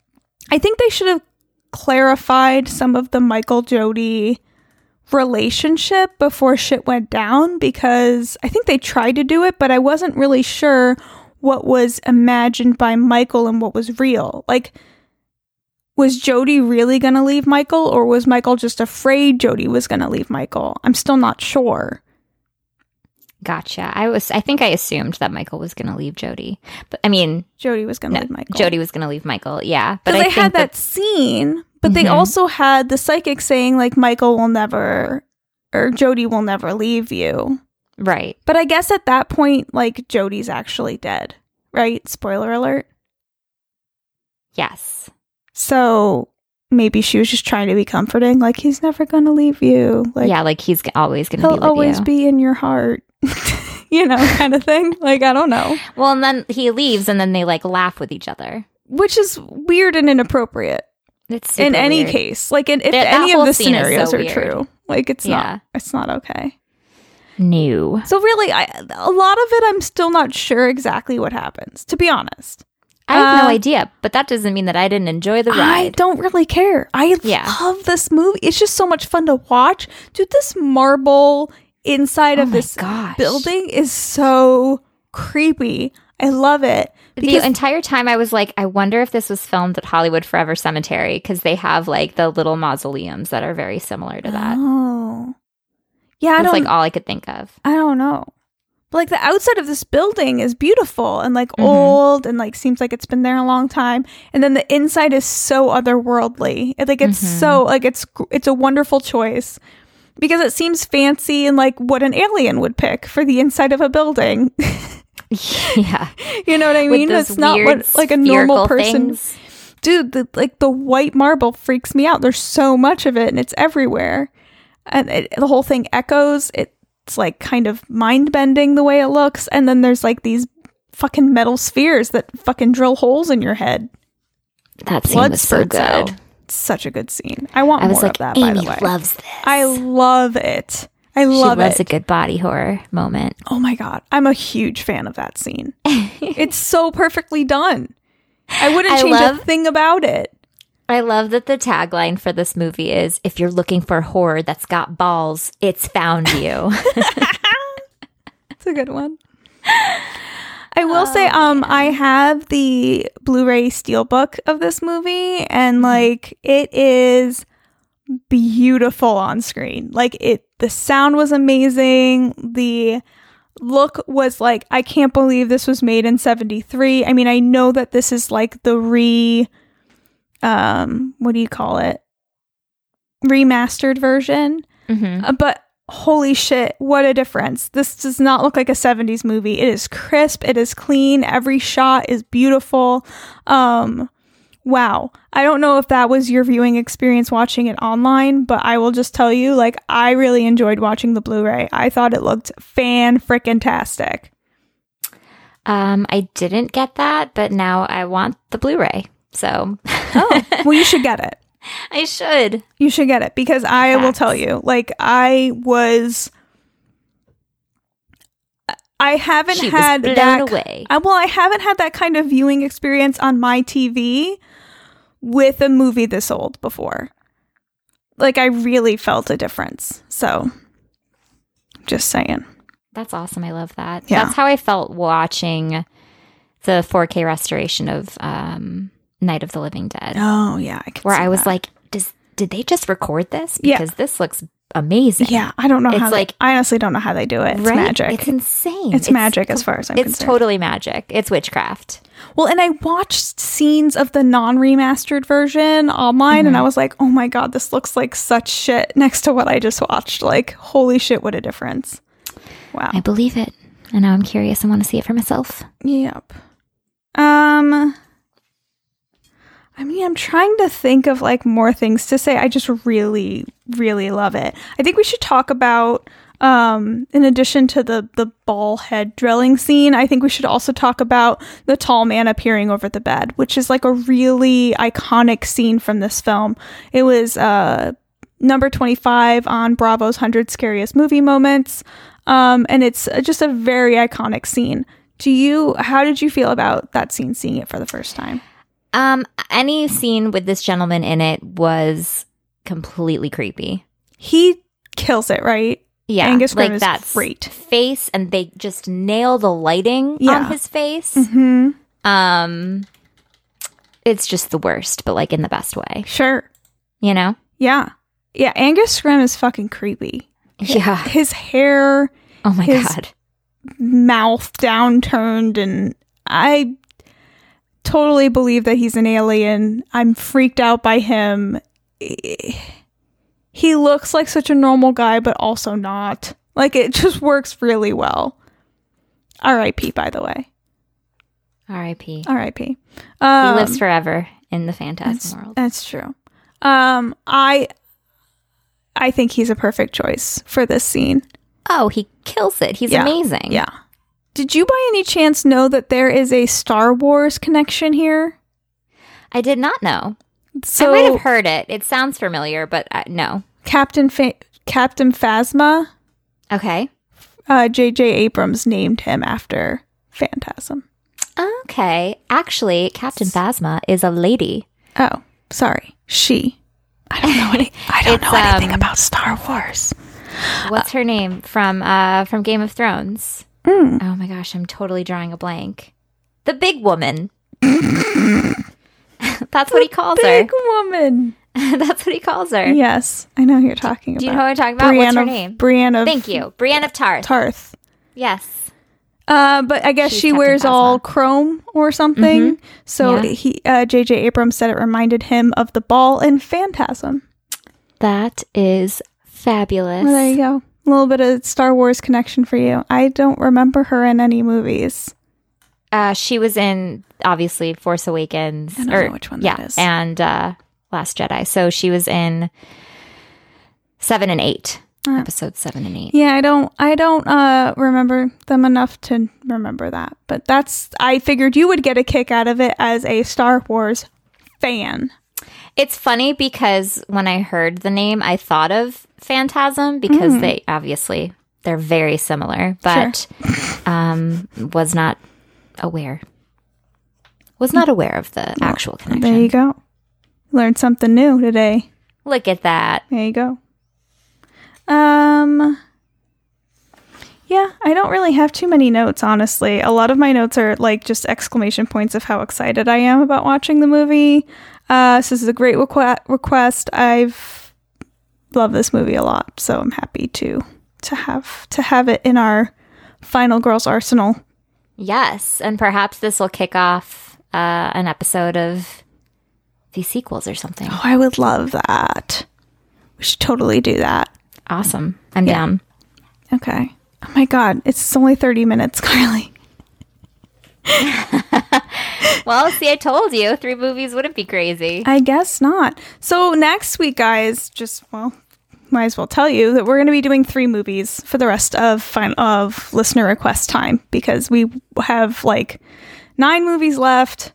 Speaker 3: I think they should have clarified some of the Michael Jody relationship before shit went down because I think they tried to do it, but I wasn't really sure what was imagined by Michael and what was real. Like, was Jody really going to leave Michael or was Michael just afraid Jody was going to leave Michael? I'm still not sure.
Speaker 4: Gotcha. I was. I think I assumed that Michael was going to leave Jody, but I mean,
Speaker 3: Jody was going to
Speaker 4: No,
Speaker 3: leave Michael.
Speaker 4: Jody was going to leave Michael. Yeah, but
Speaker 3: Because
Speaker 4: I
Speaker 3: they
Speaker 4: think
Speaker 3: had that,
Speaker 4: that
Speaker 3: scene, but they
Speaker 4: Mhm.
Speaker 3: also had the psychic saying, like, Michael will never, or Jody will never leave you.
Speaker 4: right.
Speaker 3: But I guess at that point, like, Jody's actually dead, right? Spoiler alert.
Speaker 4: Yes.
Speaker 3: So maybe she was just trying to be comforting, like, he's never going to leave you. Like,
Speaker 4: yeah, like he's g- always going to be
Speaker 3: he'll
Speaker 4: with
Speaker 3: always
Speaker 4: you.
Speaker 3: be in your heart, [laughs] you know, kind of thing. Like, I don't know.
Speaker 4: well, and then he leaves, and then they like laugh with each other.
Speaker 3: Which is weird and inappropriate
Speaker 4: It's
Speaker 3: in
Speaker 4: super
Speaker 3: any
Speaker 4: weird.
Speaker 3: case. Like, in, if
Speaker 4: That- that
Speaker 3: any of
Speaker 4: whole
Speaker 3: the
Speaker 4: scene is so
Speaker 3: scenarios are
Speaker 4: weird.
Speaker 3: true, like, it's
Speaker 4: Yeah.
Speaker 3: not, it's not okay.
Speaker 4: new.
Speaker 3: So really, I, a lot of it, I'm still not sure exactly what happens, to be honest.
Speaker 4: I have no
Speaker 3: Uh,
Speaker 4: idea, but that doesn't mean that I didn't enjoy the
Speaker 3: I
Speaker 4: ride.
Speaker 3: don't really care. I
Speaker 4: Yeah.
Speaker 3: love this movie. It's just so much fun to watch. Dude, this marble inside
Speaker 4: Oh
Speaker 3: of
Speaker 4: my
Speaker 3: this
Speaker 4: gosh.
Speaker 3: building is so creepy. I love it.
Speaker 4: the entire time I was like, I wonder if this was filmed at Hollywood Forever Cemetery because they have like the little mausoleums that are very similar to that.
Speaker 3: Oh. Yeah, [gasps] I
Speaker 4: That's
Speaker 3: don't
Speaker 4: like all I could think of. [laughs]
Speaker 3: I don't know. But like the outside of this building is beautiful and like
Speaker 4: Mhm.
Speaker 3: old and like seems like it's been there a long time. And then the inside is so otherworldly. It, like it's
Speaker 4: Mhm.
Speaker 3: so like it's gr- it's a wonderful choice because it seems fancy and like what an alien would pick for the inside of a building. [laughs]
Speaker 4: yeah,
Speaker 3: you know what I mean?
Speaker 4: With
Speaker 3: It's
Speaker 4: those
Speaker 3: not
Speaker 4: weird
Speaker 3: what like a normal
Speaker 4: spherical
Speaker 3: person.
Speaker 4: things.
Speaker 3: Dude, the, like the white marble freaks me out. There's so much of it and it's everywhere. And it, the whole thing echoes. It's like kind of mind bending the way it looks. And then there's like these fucking metal spheres that fucking drill holes in your head.
Speaker 4: That scene
Speaker 3: Blood
Speaker 4: was so
Speaker 3: spurts
Speaker 4: good.
Speaker 3: out. It's such a good scene. I want
Speaker 4: I was
Speaker 3: more
Speaker 4: like,
Speaker 3: of that, by
Speaker 4: Amy
Speaker 3: the way.
Speaker 4: loves this.
Speaker 3: I love it. I
Speaker 4: she
Speaker 3: love
Speaker 4: loves
Speaker 3: it.
Speaker 4: a good body horror moment.
Speaker 3: oh my God. I'm a huge fan of that scene.
Speaker 4: [laughs]
Speaker 3: it's so perfectly done. I wouldn't
Speaker 4: I
Speaker 3: change
Speaker 4: love-
Speaker 3: a thing about it.
Speaker 4: I love that the tagline for this movie is if you're looking for horror that's got balls, it's found you.
Speaker 3: It's a good one. I will say, um, I have the Blu-ray steelbook of this movie, and like it is beautiful on screen. Like it, the sound was amazing. The look was like, I can't believe this was made in '73. I mean, I know that this is like the re, um, what do you call it? Remastered version.
Speaker 4: Mhm.
Speaker 3: Uh, but holy shit, what a difference. This does not look like a 70s movie. It is crisp, it is clean, every shot is beautiful. Um wow. I don't know if that was your viewing experience watching it online, but I will just tell you like I really enjoyed watching the Blu-ray. I thought it looked fan
Speaker 4: [laughs]
Speaker 3: frickin' tastic.
Speaker 4: Um, I didn't get that, but now I want the Blu-ray. So
Speaker 3: Oh, well you should get it.
Speaker 4: [laughs] I should.
Speaker 3: You should get it because I will tell
Speaker 4: Facts.
Speaker 3: you, like I was I haven't
Speaker 4: She was
Speaker 3: had
Speaker 4: blown
Speaker 3: that
Speaker 4: away.
Speaker 3: I, Uh, well, I haven't had that kind of viewing experience on my TV with a movie this old before. Like I really felt a difference. So just saying.
Speaker 4: That's awesome. I love that.
Speaker 3: Yeah.
Speaker 4: That's how I felt watching the 4K restoration of um, Night of the Living Dead,
Speaker 3: Oh yeah, I could
Speaker 4: where
Speaker 3: see
Speaker 4: I was
Speaker 3: that.
Speaker 4: like, "Does did they just record this?
Speaker 3: Yeah.
Speaker 4: Because this looks amazing.
Speaker 3: yeah, I don't know
Speaker 4: It's
Speaker 3: how. Like
Speaker 4: like-
Speaker 3: I honestly don't know how they do it. It's
Speaker 4: right?
Speaker 3: magic.
Speaker 4: It's insane.
Speaker 3: It's magic as far as I'm
Speaker 4: It's
Speaker 3: concerned.
Speaker 4: totally magic. It's witchcraft.
Speaker 3: Well, and I watched scenes of the non remastered version online and I
Speaker 4: Mm-hmm.
Speaker 3: was like, oh my God, this looks like such shit next to what I just watched. Like, holy shit, what a difference. Wow.
Speaker 4: I believe it. And now I'm curious. I want to see it for myself.
Speaker 3: Yep. Um, I mean, I'm trying to think of like more things to say. I just really, really love it. I think we should talk about um, in addition to the the ball head drilling scene, I think we should also talk about the tall man appearing over the bed, which is like a really iconic scene from this film. It was uh, number twenty five on Bravo's hundred scariest movie moments, um, and it's uh, just a very iconic scene. Do you? How did you feel about that scene? Seeing it for the first time?
Speaker 4: Um, any scene with this gentleman in it was completely creepy.
Speaker 3: He kills it, right?
Speaker 4: Yeah,
Speaker 3: Angus Grim
Speaker 4: like
Speaker 3: is
Speaker 4: that's
Speaker 3: great.
Speaker 4: face, and they just nail the lighting
Speaker 3: Yeah.
Speaker 4: on his face.
Speaker 3: Hmm.
Speaker 4: Um, it's just the worst, but like in the best way,
Speaker 3: Sure.
Speaker 4: you know?
Speaker 3: Yeah. Yeah. Angus Scrim is fucking creepy.
Speaker 4: [laughs] Yeah.
Speaker 3: His hair,
Speaker 4: Oh my
Speaker 3: His-
Speaker 4: god.
Speaker 3: mouth downturned, and I totally believe that he's an alien. I'm freaked out by him. He looks like such a normal guy, but also not. Like it just works really well. R.I.P. By the way,
Speaker 4: R.I.P.
Speaker 3: R.I.P.
Speaker 4: he
Speaker 3: Um,
Speaker 4: lives forever in the
Speaker 3: That's,
Speaker 4: phantasm world.
Speaker 3: that's true. Um, I I think he's a perfect choice for this scene.
Speaker 4: Oh, he kills it. He's
Speaker 3: Yeah.
Speaker 4: amazing.
Speaker 3: Yeah. Did you by any chance know that there is a Star Wars connection here?
Speaker 4: I did not know.
Speaker 3: So
Speaker 4: I might have heard it. It sounds familiar, but uh, no.
Speaker 3: Captain Fa- Captain Phasma,
Speaker 4: Okay.
Speaker 3: uh, J.J. Abrams named him after Phantasm.
Speaker 4: Okay. Actually, Captain Phasma is a lady.
Speaker 3: Oh, sorry, she. I don't know any. I
Speaker 4: It's,
Speaker 3: don't know anything
Speaker 4: um,
Speaker 3: about Star Wars.
Speaker 4: What's her name from uh from Game of Thrones?
Speaker 3: Hmm.
Speaker 4: Oh my gosh, I'm totally drawing a blank. The big woman. [laughs] That's what he calls
Speaker 3: Big woman.
Speaker 4: her. [laughs] That's what he calls her.
Speaker 3: Yes, I know who you're talking
Speaker 4: Do you
Speaker 3: about.
Speaker 4: know what I'm talking about? What's her
Speaker 3: Brienne of-
Speaker 4: name?
Speaker 3: Brienne of
Speaker 4: Thank you. Brienne of Tarth.
Speaker 3: Tarth.
Speaker 4: yes.
Speaker 3: Uh, but I guess
Speaker 4: She's
Speaker 3: she
Speaker 4: Captain Mm-hmm.
Speaker 3: wears all chrome or something. So
Speaker 4: Yeah.
Speaker 3: he uh, J.J. Abrams said it reminded him of the ball in Phantasm.
Speaker 4: That is fabulous.
Speaker 3: Well, there you go. A little bit of Star Wars connection for you. I don't remember her in any movies.
Speaker 4: Uh, she was in obviously Force Awakens.
Speaker 3: I don't
Speaker 4: or-
Speaker 3: know which one
Speaker 4: yeah,
Speaker 3: that is.
Speaker 4: and uh, Last Jedi. So she was in seven and eight,
Speaker 3: Uh,
Speaker 4: episode seven and eight.
Speaker 3: Yeah, I don't. I don't uh, remember them enough to remember that. But that's. I figured you would get a kick out of it as a Star Wars fan.
Speaker 4: It's funny because when I heard the name, I thought of Phantasm because
Speaker 3: Mm-hmm.
Speaker 4: they obviously they're very similar, but um, was not aware. Was not aware of the actual
Speaker 3: There
Speaker 4: connection.
Speaker 3: you go. Learned something new today.
Speaker 4: Look at that.
Speaker 3: There you go. Um Yeah, I don't really have too many notes honestly. A lot of my notes are like just exclamation points of how excited I am about watching the movie. Uh so this is a great requ- request. I've loved this movie a lot, so I'm happy to to have to have it in our final girls arsenal.
Speaker 4: Yes, and perhaps this will kick off uh, an episode of these sequels or [gasps] something.
Speaker 3: Oh, I would love that. We should totally do that.
Speaker 4: Awesome. I'm down.
Speaker 3: Okay. Oh my god, it's only 30 minutes, [laughs] Carly.
Speaker 4: Well, see, I told you three movies wouldn't be crazy.
Speaker 3: I guess not. So next week, guys, just well, might as well tell you that we're going to be doing three movies for the rest of fin- of listener request time because we have like nine movies left.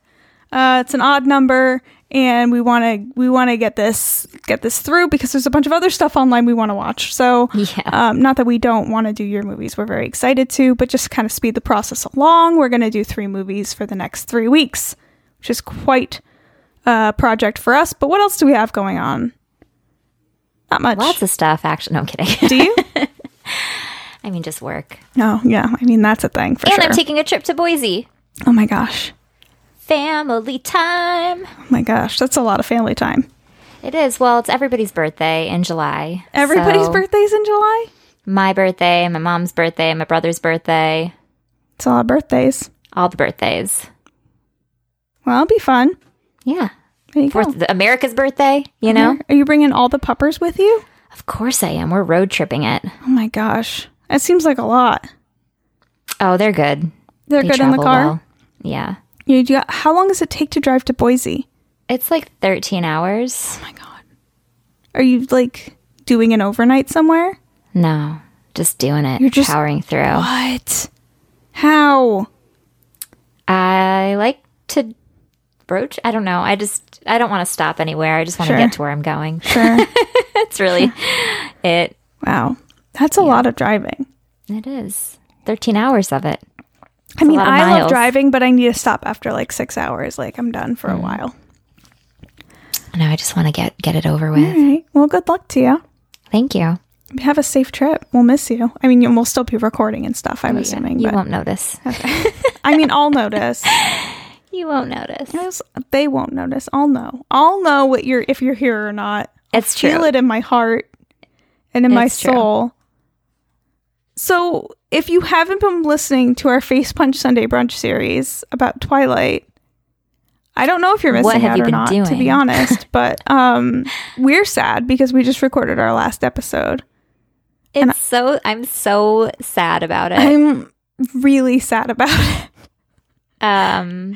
Speaker 3: Uh, it's an odd number, and we want to we want to get this get this through because there's a bunch of other stuff online we want to watch. So
Speaker 4: Yeah.
Speaker 3: um, not that we don't want to do your movies, we're very excited to, but just kind of speed the process along. We're going to do three movies for the next three weeks, which is quite uh, project for us. But what else do we have going on? Not much.
Speaker 4: Lots of stuff, actually. No, I'm kidding. [laughs]
Speaker 3: do you?
Speaker 4: I mean, just work.
Speaker 3: No, yeah. I mean, that's a thing for
Speaker 4: and
Speaker 3: sure.
Speaker 4: I'm taking a trip to Boise.
Speaker 3: oh my gosh.
Speaker 4: Family time.
Speaker 3: Oh my gosh. That's a lot of family time.
Speaker 4: It is. Well, it's everybody's birthday in July.
Speaker 3: Everybody's
Speaker 4: So,
Speaker 3: birthday's in July.
Speaker 4: My birthday, my mom's birthday, my brother's birthday,
Speaker 3: It's a lot of birthdays.
Speaker 4: all the birthdays.
Speaker 3: Well, it'll be fun.
Speaker 4: Yeah. Mm-hmm.
Speaker 3: There you
Speaker 4: Fourth,
Speaker 3: go.
Speaker 4: the- America's birthday, you know?
Speaker 3: Are you bringing all the puppers with you?
Speaker 4: Of course I am. We're road tripping it.
Speaker 3: Oh my gosh. That seems like a lot.
Speaker 4: Oh, they're good.
Speaker 3: They're
Speaker 4: They
Speaker 3: good in the
Speaker 4: travel
Speaker 3: car.
Speaker 4: well. Yeah.
Speaker 3: You, you got, how long does it take to drive to Boise? Oh
Speaker 4: It's like 13 hours.
Speaker 3: Are you like doing an overnight somewhere?
Speaker 4: No. Just doing it.
Speaker 3: You're just-
Speaker 4: powering through.
Speaker 3: What? How?
Speaker 4: I like to broach. I don't know. I just I don't want to stop anywhere. I just want
Speaker 3: Sure.
Speaker 4: to get to where I'm going. [laughs]
Speaker 3: Sure.
Speaker 4: That's really it.
Speaker 3: wow. That's a lot of driving.
Speaker 4: It is 13 hours of it.
Speaker 3: I mean,
Speaker 4: lot of
Speaker 3: I love
Speaker 4: miles.
Speaker 3: driving, but I need to stop after like six hours. Like, I'm done for a
Speaker 4: Mm.
Speaker 3: while.
Speaker 4: No, I just want to get get it over with.
Speaker 3: All right. Well, good luck to you.
Speaker 4: Thank you.
Speaker 3: Have a safe trip. We'll miss you. I mean, you- we'll still be recording and stuff, I'm assuming.
Speaker 4: Oh, You
Speaker 3: but
Speaker 4: won't notice.
Speaker 3: [laughs] I mean, I'll notice.
Speaker 4: You won't notice.
Speaker 3: Yes, They won't notice. I'll know. I'll know what you're if you're here or not.
Speaker 4: It's
Speaker 3: Feel
Speaker 4: true.
Speaker 3: it in my heart and in my
Speaker 4: It's true.
Speaker 3: soul. So, if you haven't been listening to our Face Punch Sunday Brunch series about Twilight, I don't know if you're missing
Speaker 4: What have
Speaker 3: out
Speaker 4: you
Speaker 3: or
Speaker 4: been
Speaker 3: not, to be
Speaker 4: doing? [laughs]
Speaker 3: honest. but um, we're sad because we just recorded our last episode. and I-
Speaker 4: It's so I'm so sad about it.
Speaker 3: I'm really sad about [laughs] it.
Speaker 4: Um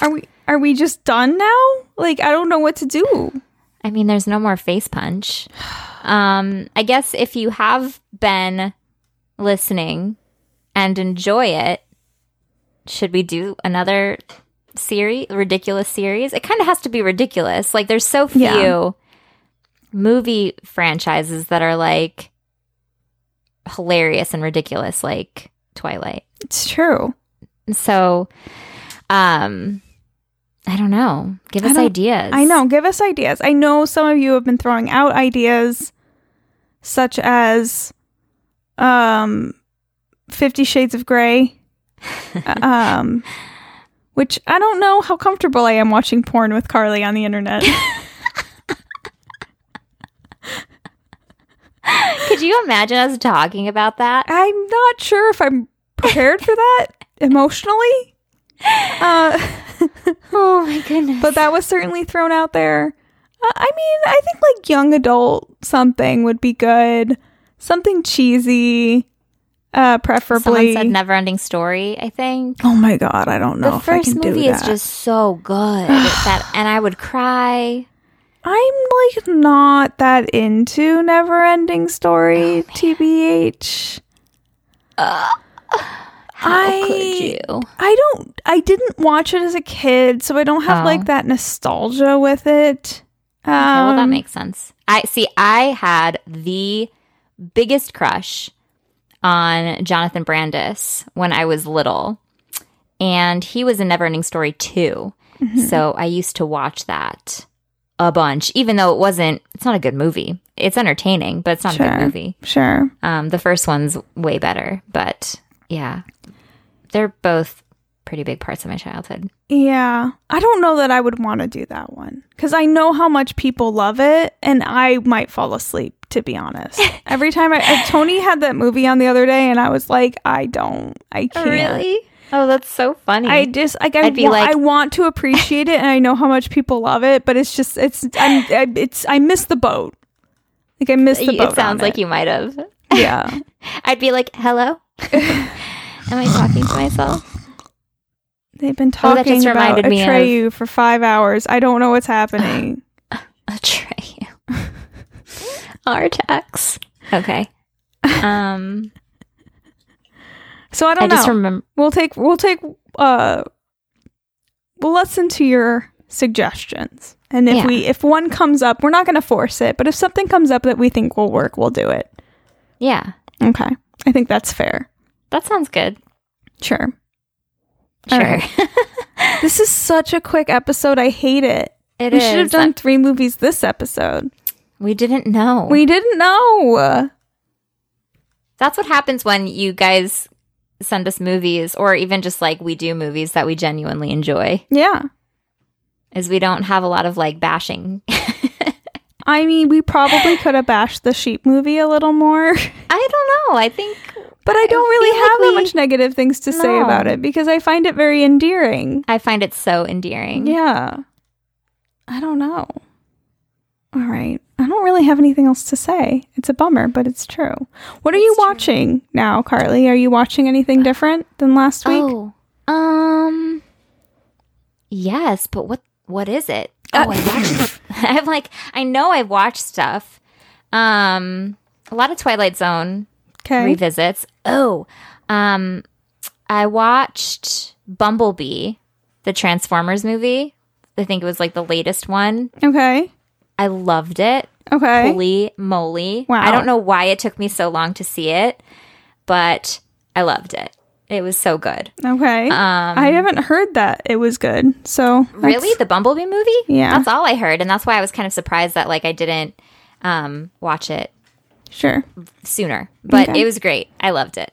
Speaker 3: Are we? Are we just done now? Like, I don't know what to do.
Speaker 4: I mean, there's no more face punch. Um, I guess if you have been listening and enjoy it, should we do another series, ridiculous series? It kind of has to be ridiculous. Like, there's so few
Speaker 3: Yeah.
Speaker 4: movie franchises that are like hilarious and ridiculous, like Twilight.
Speaker 3: It's true.
Speaker 4: So, um, I don't know. Give
Speaker 3: I
Speaker 4: us
Speaker 3: don't-
Speaker 4: ideas.
Speaker 3: I know. Give us ideas. I know some of you have been throwing out ideas, such as um, Fifty Shades of Grey, um, which I don't know how comfortable I am watching porn with Carly on the internet.
Speaker 4: Could you imagine us talking about that?
Speaker 3: I'm not sure if I'm prepared for that emotionally. Uh,
Speaker 4: Oh my goodness.
Speaker 3: but that was certainly thrown out there. Uh, I mean, I think like young adult something would be good, something cheesy, uh,
Speaker 4: Someone
Speaker 3: preferably.
Speaker 4: said never ending story, I think.
Speaker 3: oh my god, I don't know
Speaker 4: the
Speaker 3: if I
Speaker 4: first
Speaker 3: can do
Speaker 4: movie is
Speaker 3: that.
Speaker 4: just so
Speaker 3: [sighs]
Speaker 4: good that and I would cry.
Speaker 3: I'm like not that into never ending
Speaker 4: Oh,
Speaker 3: story, tbh.
Speaker 4: How
Speaker 3: I-
Speaker 4: could you?
Speaker 3: I don't. I didn't watch it as a kid, so I don't have
Speaker 4: Oh.
Speaker 3: like that nostalgia with it. Um,
Speaker 4: Okay, well, that makes sense. I see. I had the biggest crush on Jonathan Brandis when I was little, and he was in Neverending Story too.
Speaker 3: Mm-hmm.
Speaker 4: So I used to watch that a bunch, even though it wasn't. It's not a good movie. It's entertaining, but it's not a
Speaker 3: Sure.
Speaker 4: good movie.
Speaker 3: sure.
Speaker 4: Um, the first one's way better, but yeah, they're both pretty big parts of my childhood.
Speaker 3: Yeah. I don't know that I would want to do that one because I know how much people love it and I might fall asleep, to
Speaker 4: [laughs]
Speaker 3: be honest. Every time I, I- Tony had that movie on the other day and I was like, I don't, I can't.
Speaker 4: Oh, that's so funny.
Speaker 3: I just like I,
Speaker 4: Oh, I'd be
Speaker 3: wa-
Speaker 4: like-
Speaker 3: I want to appreciate it and I know how much people love it, but it's just it's I'm, I, it's I miss the boat. Like I miss the boat.
Speaker 4: it sounds like you might have. [laughs]
Speaker 3: you. Yeah.
Speaker 4: I'd be like, [laughs] "Hello, am I talking to myself?" [laughs]
Speaker 3: They've been
Speaker 4: Oh, that
Speaker 3: talking
Speaker 4: just
Speaker 3: about
Speaker 4: reminded me of-
Speaker 3: Atreyu for five hours. I don't know
Speaker 4: [sighs]
Speaker 3: what's happening.
Speaker 4: Atreyu, [laughs] Artax. Okay. Um,
Speaker 3: So
Speaker 4: [laughs]
Speaker 3: I
Speaker 4: I,
Speaker 3: don't know.
Speaker 4: just remember.
Speaker 3: We'll take we'll take uh we'll listen to your suggestions. And if
Speaker 4: Yeah.
Speaker 3: we if one comes up, we're not going to force it, but if something comes up that we think will work, we'll do it.
Speaker 4: Yeah,
Speaker 3: Okay. I think that's fair.
Speaker 4: that sounds good.
Speaker 3: Sure. All
Speaker 4: Sure,
Speaker 3: right. This is such a quick episode. I hate it.
Speaker 4: [laughs] It
Speaker 3: we should have
Speaker 4: is.
Speaker 3: done 3 movies this episode.
Speaker 4: We didn't know.
Speaker 3: We didn't know.
Speaker 4: That's what happens when you guys send us movies, or even just like we do movies that we genuinely enjoy.
Speaker 3: Yeah.
Speaker 4: Is we don't have a lot of like bashing. [laughs]
Speaker 3: I mean, we probably could have bashed the sheep movie a little more. [laughs]
Speaker 4: I don't know. I think
Speaker 3: But I don't
Speaker 4: feel
Speaker 3: really
Speaker 4: like
Speaker 3: have that
Speaker 4: we-
Speaker 3: much negative things to say
Speaker 4: No.
Speaker 3: about it because I find it very endearing.
Speaker 4: I find it so endearing.
Speaker 3: Yeah. I don't know. All right. I don't really have anything else to say. It's a bummer, but it's true. What are you watching now, Carly? Are you watching anything different than last week?
Speaker 4: Uh, Oh, um, yes, but what what is it? Oh, I watched. [laughs] I'm like, I know I watched stuff. Um, a lot of Twilight Zone
Speaker 3: Okay.
Speaker 4: revisits. Oh, um, I watched Bumblebee, the Transformers movie. I think it was like the latest one.
Speaker 3: okay.
Speaker 4: I loved it.
Speaker 3: Okay.
Speaker 4: Holy moly.
Speaker 3: Wow.
Speaker 4: I don't know why it took me so long to see it, but I loved it. It was so good.
Speaker 3: okay. I haven't heard that it was good. So that's-
Speaker 4: um, Really? The Bumblebee movie?
Speaker 3: Yeah.
Speaker 4: That's all I heard. And that's why I was kind of surprised that like I didn't um watch it
Speaker 3: Sure.
Speaker 4: sooner. But
Speaker 3: Okay.
Speaker 4: it was great. I loved it.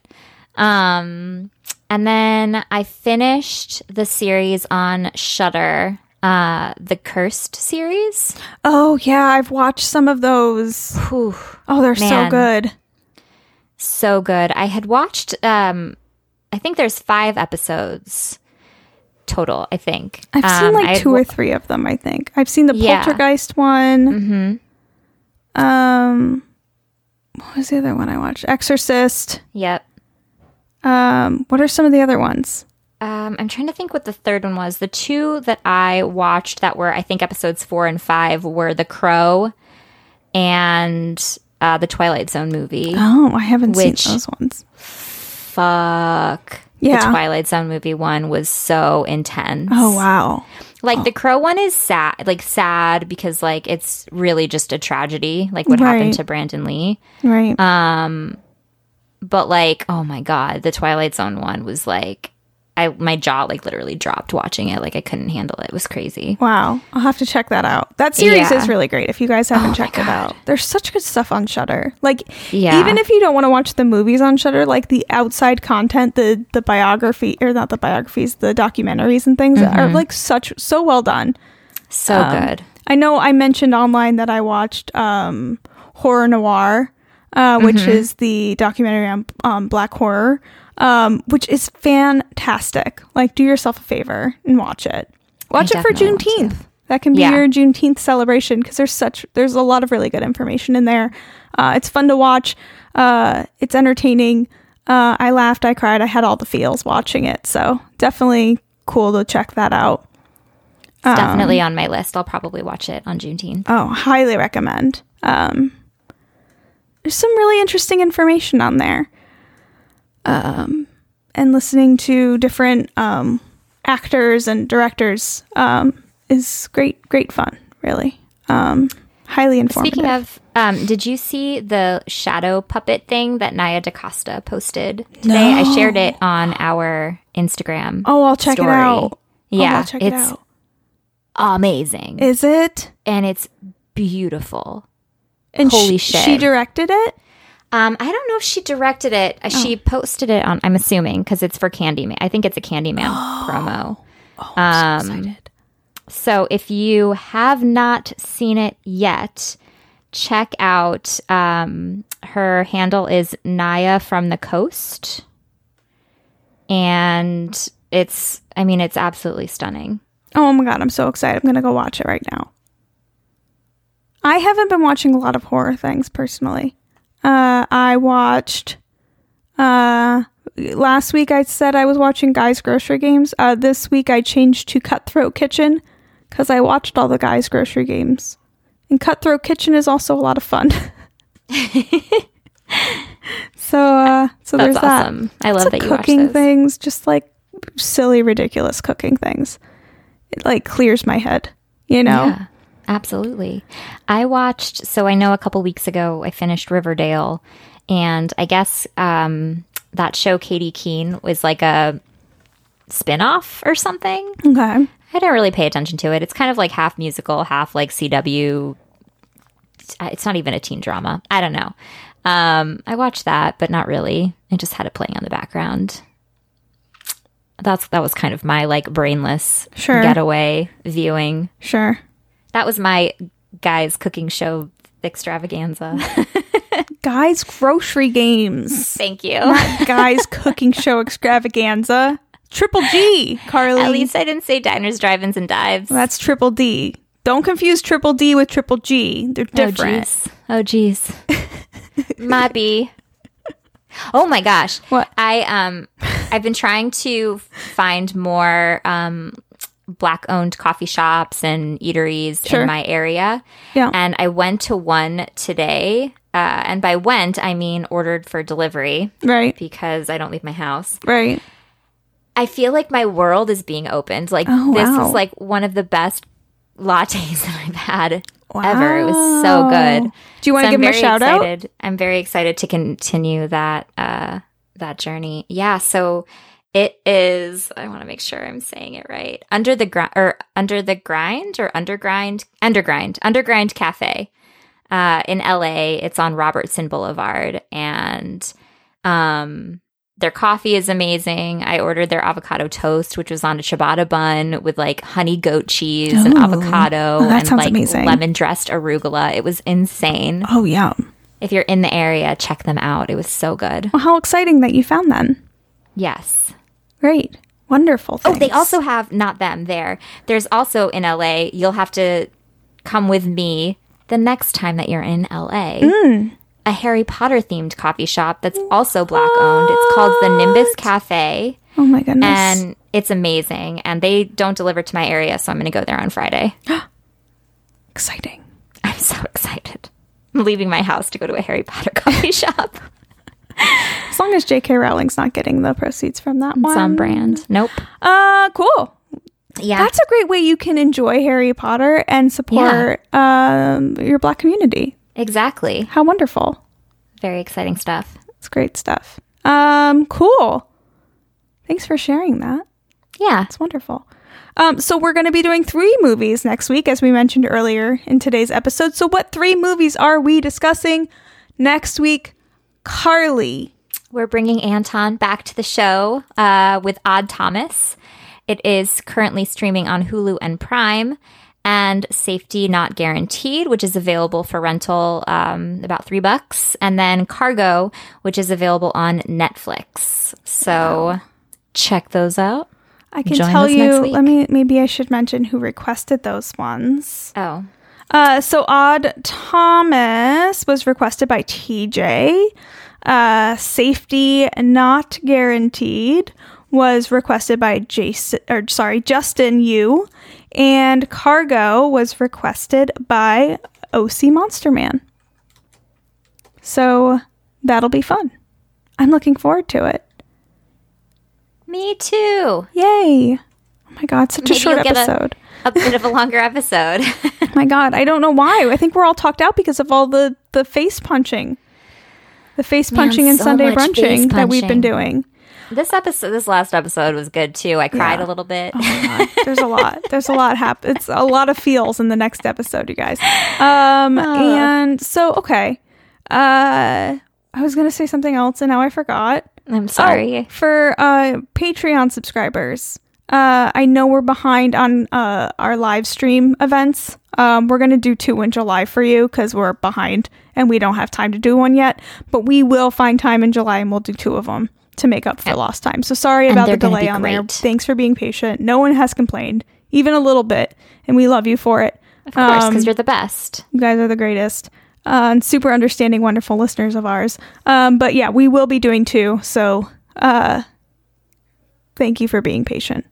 Speaker 4: Um and then I finished the series on Shudder, uh, the Cursed series.
Speaker 3: Oh yeah, I've watched some of those.
Speaker 4: Whew.
Speaker 3: Oh, they're so
Speaker 4: Man.
Speaker 3: good.
Speaker 4: so good. I had watched um I think there's 5 episodes total, I think.
Speaker 3: I've seen
Speaker 4: Um,
Speaker 3: like
Speaker 4: I had
Speaker 3: two
Speaker 4: wa-
Speaker 3: or three of them. I think I've seen the
Speaker 4: Yeah.
Speaker 3: Poltergeist one. Mm-hmm. Um, what was the other one I watched? Exorcist.
Speaker 4: Yep.
Speaker 3: Um, what are some of the other ones?
Speaker 4: Um, I'm trying to think what the third one was. The two that I watched that were, I think, episodes four and five were The Crow and uh, the Twilight Zone movie.
Speaker 3: Oh, I haven't
Speaker 4: Which-
Speaker 3: seen those ones.
Speaker 4: Fuck.
Speaker 3: Yeah.
Speaker 4: The Twilight Zone movie one was so intense.
Speaker 3: Oh wow.
Speaker 4: Like the Crow one is sad, like sad because like it's really just a tragedy, like what
Speaker 3: Right.
Speaker 4: happened to Brandon Lee.
Speaker 3: Right.
Speaker 4: But like, oh my god, the Twilight Zone one was like, I my jaw like literally dropped watching it. Like I couldn't handle it. It was crazy.
Speaker 3: wow. I'll have to check that out. That series
Speaker 4: Yeah. Oh
Speaker 3: is really great. If you guys haven't checked it out, there's such good stuff on Shutter. Like
Speaker 4: Yeah.
Speaker 3: even if you don't want to watch the movies on Shutter, like the outside content, the the biography or not the biographies, the documentaries and things are
Speaker 4: Mm-hmm.
Speaker 3: like such so well done.
Speaker 4: So good.
Speaker 3: I know I mentioned online that I watched um, Horror Noir, uh, which is the documentary on um, Black horror, um, which is fantastic. Like, do yourself a favor and watch it. Watch it for
Speaker 4: definitely want to.
Speaker 3: Juneteenth. That can be
Speaker 4: Yeah.
Speaker 3: your Juneteenth celebration because there's such there's a lot of really good information in there. Uh, it's fun to watch. Uh, it's entertaining. Uh, I laughed, I cried, I had all the feels watching it. So definitely cool to check that out. Um,
Speaker 4: It's definitely on my list. I'll probably watch it on Juneteenth.
Speaker 3: Oh, highly recommend. Um, there's some really interesting information on there. Um, and listening to different um, actors and directors um, is great, great fun, really. Um, highly informative.
Speaker 4: Speaking of, um, did you see the shadow puppet thing that Naya DaCosta posted today? I shared it on our Instagram.
Speaker 3: oh, I'll check it
Speaker 4: story.
Speaker 3: out.
Speaker 4: Yeah,
Speaker 3: oh, I'll check
Speaker 4: it's
Speaker 3: it out.
Speaker 4: amazing,
Speaker 3: Is it?
Speaker 4: and it's beautiful.
Speaker 3: And
Speaker 4: Holy
Speaker 3: she,
Speaker 4: shit.
Speaker 3: she directed it?
Speaker 4: Um, I don't know if she directed it. Uh, She
Speaker 3: Oh.
Speaker 4: posted it on. I'm assuming because it's for Candyman. I think it's a Candyman
Speaker 3: [gasps]
Speaker 4: promo.
Speaker 3: Oh, I'm so
Speaker 4: Um,
Speaker 3: excited.
Speaker 4: So if you have not seen it yet, check out um, her handle is Naya from the Coast, and it's I mean it's absolutely stunning.
Speaker 3: Oh my god, I'm so excited. I'm gonna go watch it right now. I haven't been watching a lot of horror things personally. Uh, I watched uh, last week. I said I was watching Guys Grocery Games. Uh, this week I changed to Cutthroat Kitchen because I watched all the Guys Grocery Games, and Cutthroat Kitchen is also a lot of fun. [laughs] so, uh, so
Speaker 4: That's
Speaker 3: there's that
Speaker 4: awesome. I love
Speaker 3: lots
Speaker 4: that
Speaker 3: of
Speaker 4: you watch
Speaker 3: cooking
Speaker 4: those.
Speaker 3: things, just like silly, ridiculous cooking things. It like clears my head, you know.
Speaker 4: Yeah, absolutely. I watched, so I know a couple weeks ago I finished Riverdale, and I guess um, that show Katie Keene was like a spin off or something.
Speaker 3: Okay,
Speaker 4: I didn't really pay attention to it. It's kind of like half musical, half like CW. It's not even a teen drama. I don't know. Um, I watched that, but not really. I just had it playing on the background. That's that was kind of my like brainless
Speaker 3: Sure.
Speaker 4: getaway viewing.
Speaker 3: sure.
Speaker 4: That was my guys cooking show extravaganza.
Speaker 3: Guys, grocery games.
Speaker 4: [laughs] Thank [laughs] you.
Speaker 3: Guys, cooking show extravaganza. Triple G, Carly.
Speaker 4: At least I didn't say diners, drive-ins, and dives.
Speaker 3: That's triple D. Don't confuse triple D with triple G. They're different.
Speaker 4: Oh jeez. Oh jeez. [laughs] Mobby. Oh my gosh.
Speaker 3: What?
Speaker 4: I um I've been trying to find more um black owned coffee shops and eateries
Speaker 3: Sure.
Speaker 4: in my area.
Speaker 3: Yeah.
Speaker 4: And I went to one today. Uh, and by went, I mean ordered for delivery
Speaker 3: Right.
Speaker 4: because I don't leave my house.
Speaker 3: Right.
Speaker 4: I feel like my world is being opened. Like
Speaker 3: Oh,
Speaker 4: this
Speaker 3: wow.
Speaker 4: is like one of the best lattes [laughs] that I've had ever. It was so
Speaker 3: Wow.
Speaker 4: good.
Speaker 3: Do you want to
Speaker 4: So
Speaker 3: give
Speaker 4: I'm
Speaker 3: him a
Speaker 4: very
Speaker 3: shout out?
Speaker 4: excited. I'm very excited to continue that uh that journey. Yeah, so it is I want to make sure I'm saying it right. Under the grind or under the grind or undergrind undergrind undergrind cafe. Uh in LA, it's on Robertson Boulevard and um their coffee is amazing. I ordered their avocado toast, which was on a ciabatta bun with like honey goat cheese and
Speaker 3: Ooh.
Speaker 4: avocado
Speaker 3: Oh, that
Speaker 4: and
Speaker 3: sounds
Speaker 4: like
Speaker 3: amazing.
Speaker 4: lemon dressed arugula. It was insane.
Speaker 3: Oh, yum.
Speaker 4: If you're in the area, check them out. It was so good.
Speaker 3: Well, how exciting that you found them.
Speaker 4: Yes.
Speaker 3: Great. Wonderful.
Speaker 4: Oh, they
Speaker 3: thanks.
Speaker 4: also have not them there. There's also in LA, you'll have to come with me the next time that you're in LA. A Harry Potter themed coffee shop that's also black owned. It's called the Nimbus Cafe.
Speaker 3: Oh, my goodness.
Speaker 4: and it's amazing. And they don't deliver to my area, so I'm going to go there on Friday. [laughs]
Speaker 3: exciting.
Speaker 4: I'm so excited. I'm leaving my house to go to a Harry Potter [laughs] coffee shop.
Speaker 3: As long as J.K. Rowling's not getting the proceeds from that
Speaker 4: It's
Speaker 3: one.
Speaker 4: on brand. Nope.
Speaker 3: Uh, cool.
Speaker 4: Yeah.
Speaker 3: That's a great way you can enjoy Harry Potter and support um, your Black community.
Speaker 4: exactly.
Speaker 3: How wonderful.
Speaker 4: Very exciting stuff.
Speaker 3: It's great stuff. Um, cool. Thanks for sharing that.
Speaker 4: Yeah.
Speaker 3: It's wonderful. Um, so we're going to be doing three movies next week, as we mentioned earlier in today's episode. So what three movies are we discussing next week? Carly.
Speaker 4: We're bringing Anton back to the show uh, with Odd Thomas. It is currently streaming on Hulu and Prime, and Safety Not Guaranteed, which is available for rental um, about three bucks, and then Cargo, which is available on Netflix. So check those out.
Speaker 3: I can
Speaker 4: Join
Speaker 3: tell
Speaker 4: us next
Speaker 3: you.
Speaker 4: week.
Speaker 3: Let me. Maybe I should mention who requested those ones.
Speaker 4: Oh,
Speaker 3: Uh, so Odd Thomas was requested by TJ. Uh, safety not guaranteed was requested by Jason or sorry Justin U, and cargo was requested by OC Monster Man. So that'll be fun. I'm looking forward to it.
Speaker 4: me too.
Speaker 3: Yay! Oh my god, such
Speaker 4: Maybe
Speaker 3: a short
Speaker 4: you'll get a-
Speaker 3: episode.
Speaker 4: A bit of a longer episode. [laughs]
Speaker 3: My God, I don't know why. I think we're all talked out because of all the the face punching, the face punching and
Speaker 4: so
Speaker 3: Sunday
Speaker 4: much
Speaker 3: brunching
Speaker 4: face
Speaker 3: that we've been
Speaker 4: punching.
Speaker 3: doing.
Speaker 4: this episode, this last episode was good too. I cried
Speaker 3: Yeah. Oh
Speaker 4: a little bit. [laughs]
Speaker 3: [laughs] There's a lot. There's a lot happen. It's a lot of feels in the next episode, you guys.
Speaker 4: [laughs]
Speaker 3: Um,
Speaker 4: Uh.
Speaker 3: and so okay, uh, I was gonna say something else and now I forgot.
Speaker 4: I'm
Speaker 3: Oh,
Speaker 4: sorry.
Speaker 3: for uh, Patreon subscribers. Uh, I know we're behind on uh, our live stream events. Um, we're going to do two in July for you because we're behind and we don't have time to do one yet. But we will find time in July and we'll do two of them to make up for lost time. So sorry about the
Speaker 4: they're gonna
Speaker 3: delay
Speaker 4: be
Speaker 3: on there.
Speaker 4: great.
Speaker 3: Thanks for being patient. No one has complained, even a little bit. And we love you for it.
Speaker 4: Of course, because
Speaker 3: Um,
Speaker 4: you're the best.
Speaker 3: you guys are the greatest. Uh, and super understanding, wonderful listeners of ours. Um, but yeah, we will be doing two. So uh, thank you for being patient.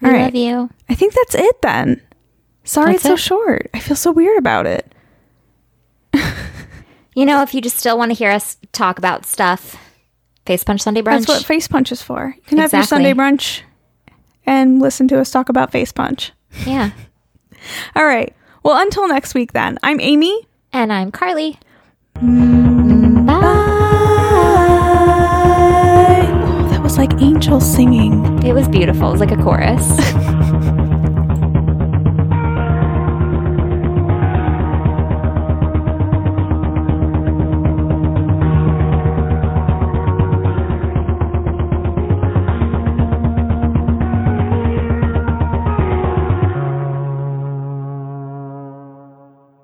Speaker 4: We
Speaker 3: all right.
Speaker 4: love you.
Speaker 3: I think that's it then. Sorry
Speaker 4: That's
Speaker 3: it's so
Speaker 4: it.
Speaker 3: short. I feel so weird about it.
Speaker 4: You know, if you just still want to hear us talk about stuff, Face Punch Sunday Brunch.
Speaker 3: That's what Face Punch is for. You can have your
Speaker 4: Exactly.
Speaker 3: Sunday brunch and listen to us talk about Face Punch.
Speaker 4: yeah.
Speaker 3: All right. Well, until next week then, I'm Amy.
Speaker 4: [laughs] And I'm Carly. Mm. Bye.
Speaker 3: Oh, that was like angels singing.
Speaker 4: [laughs] It was beautiful. It was like a chorus.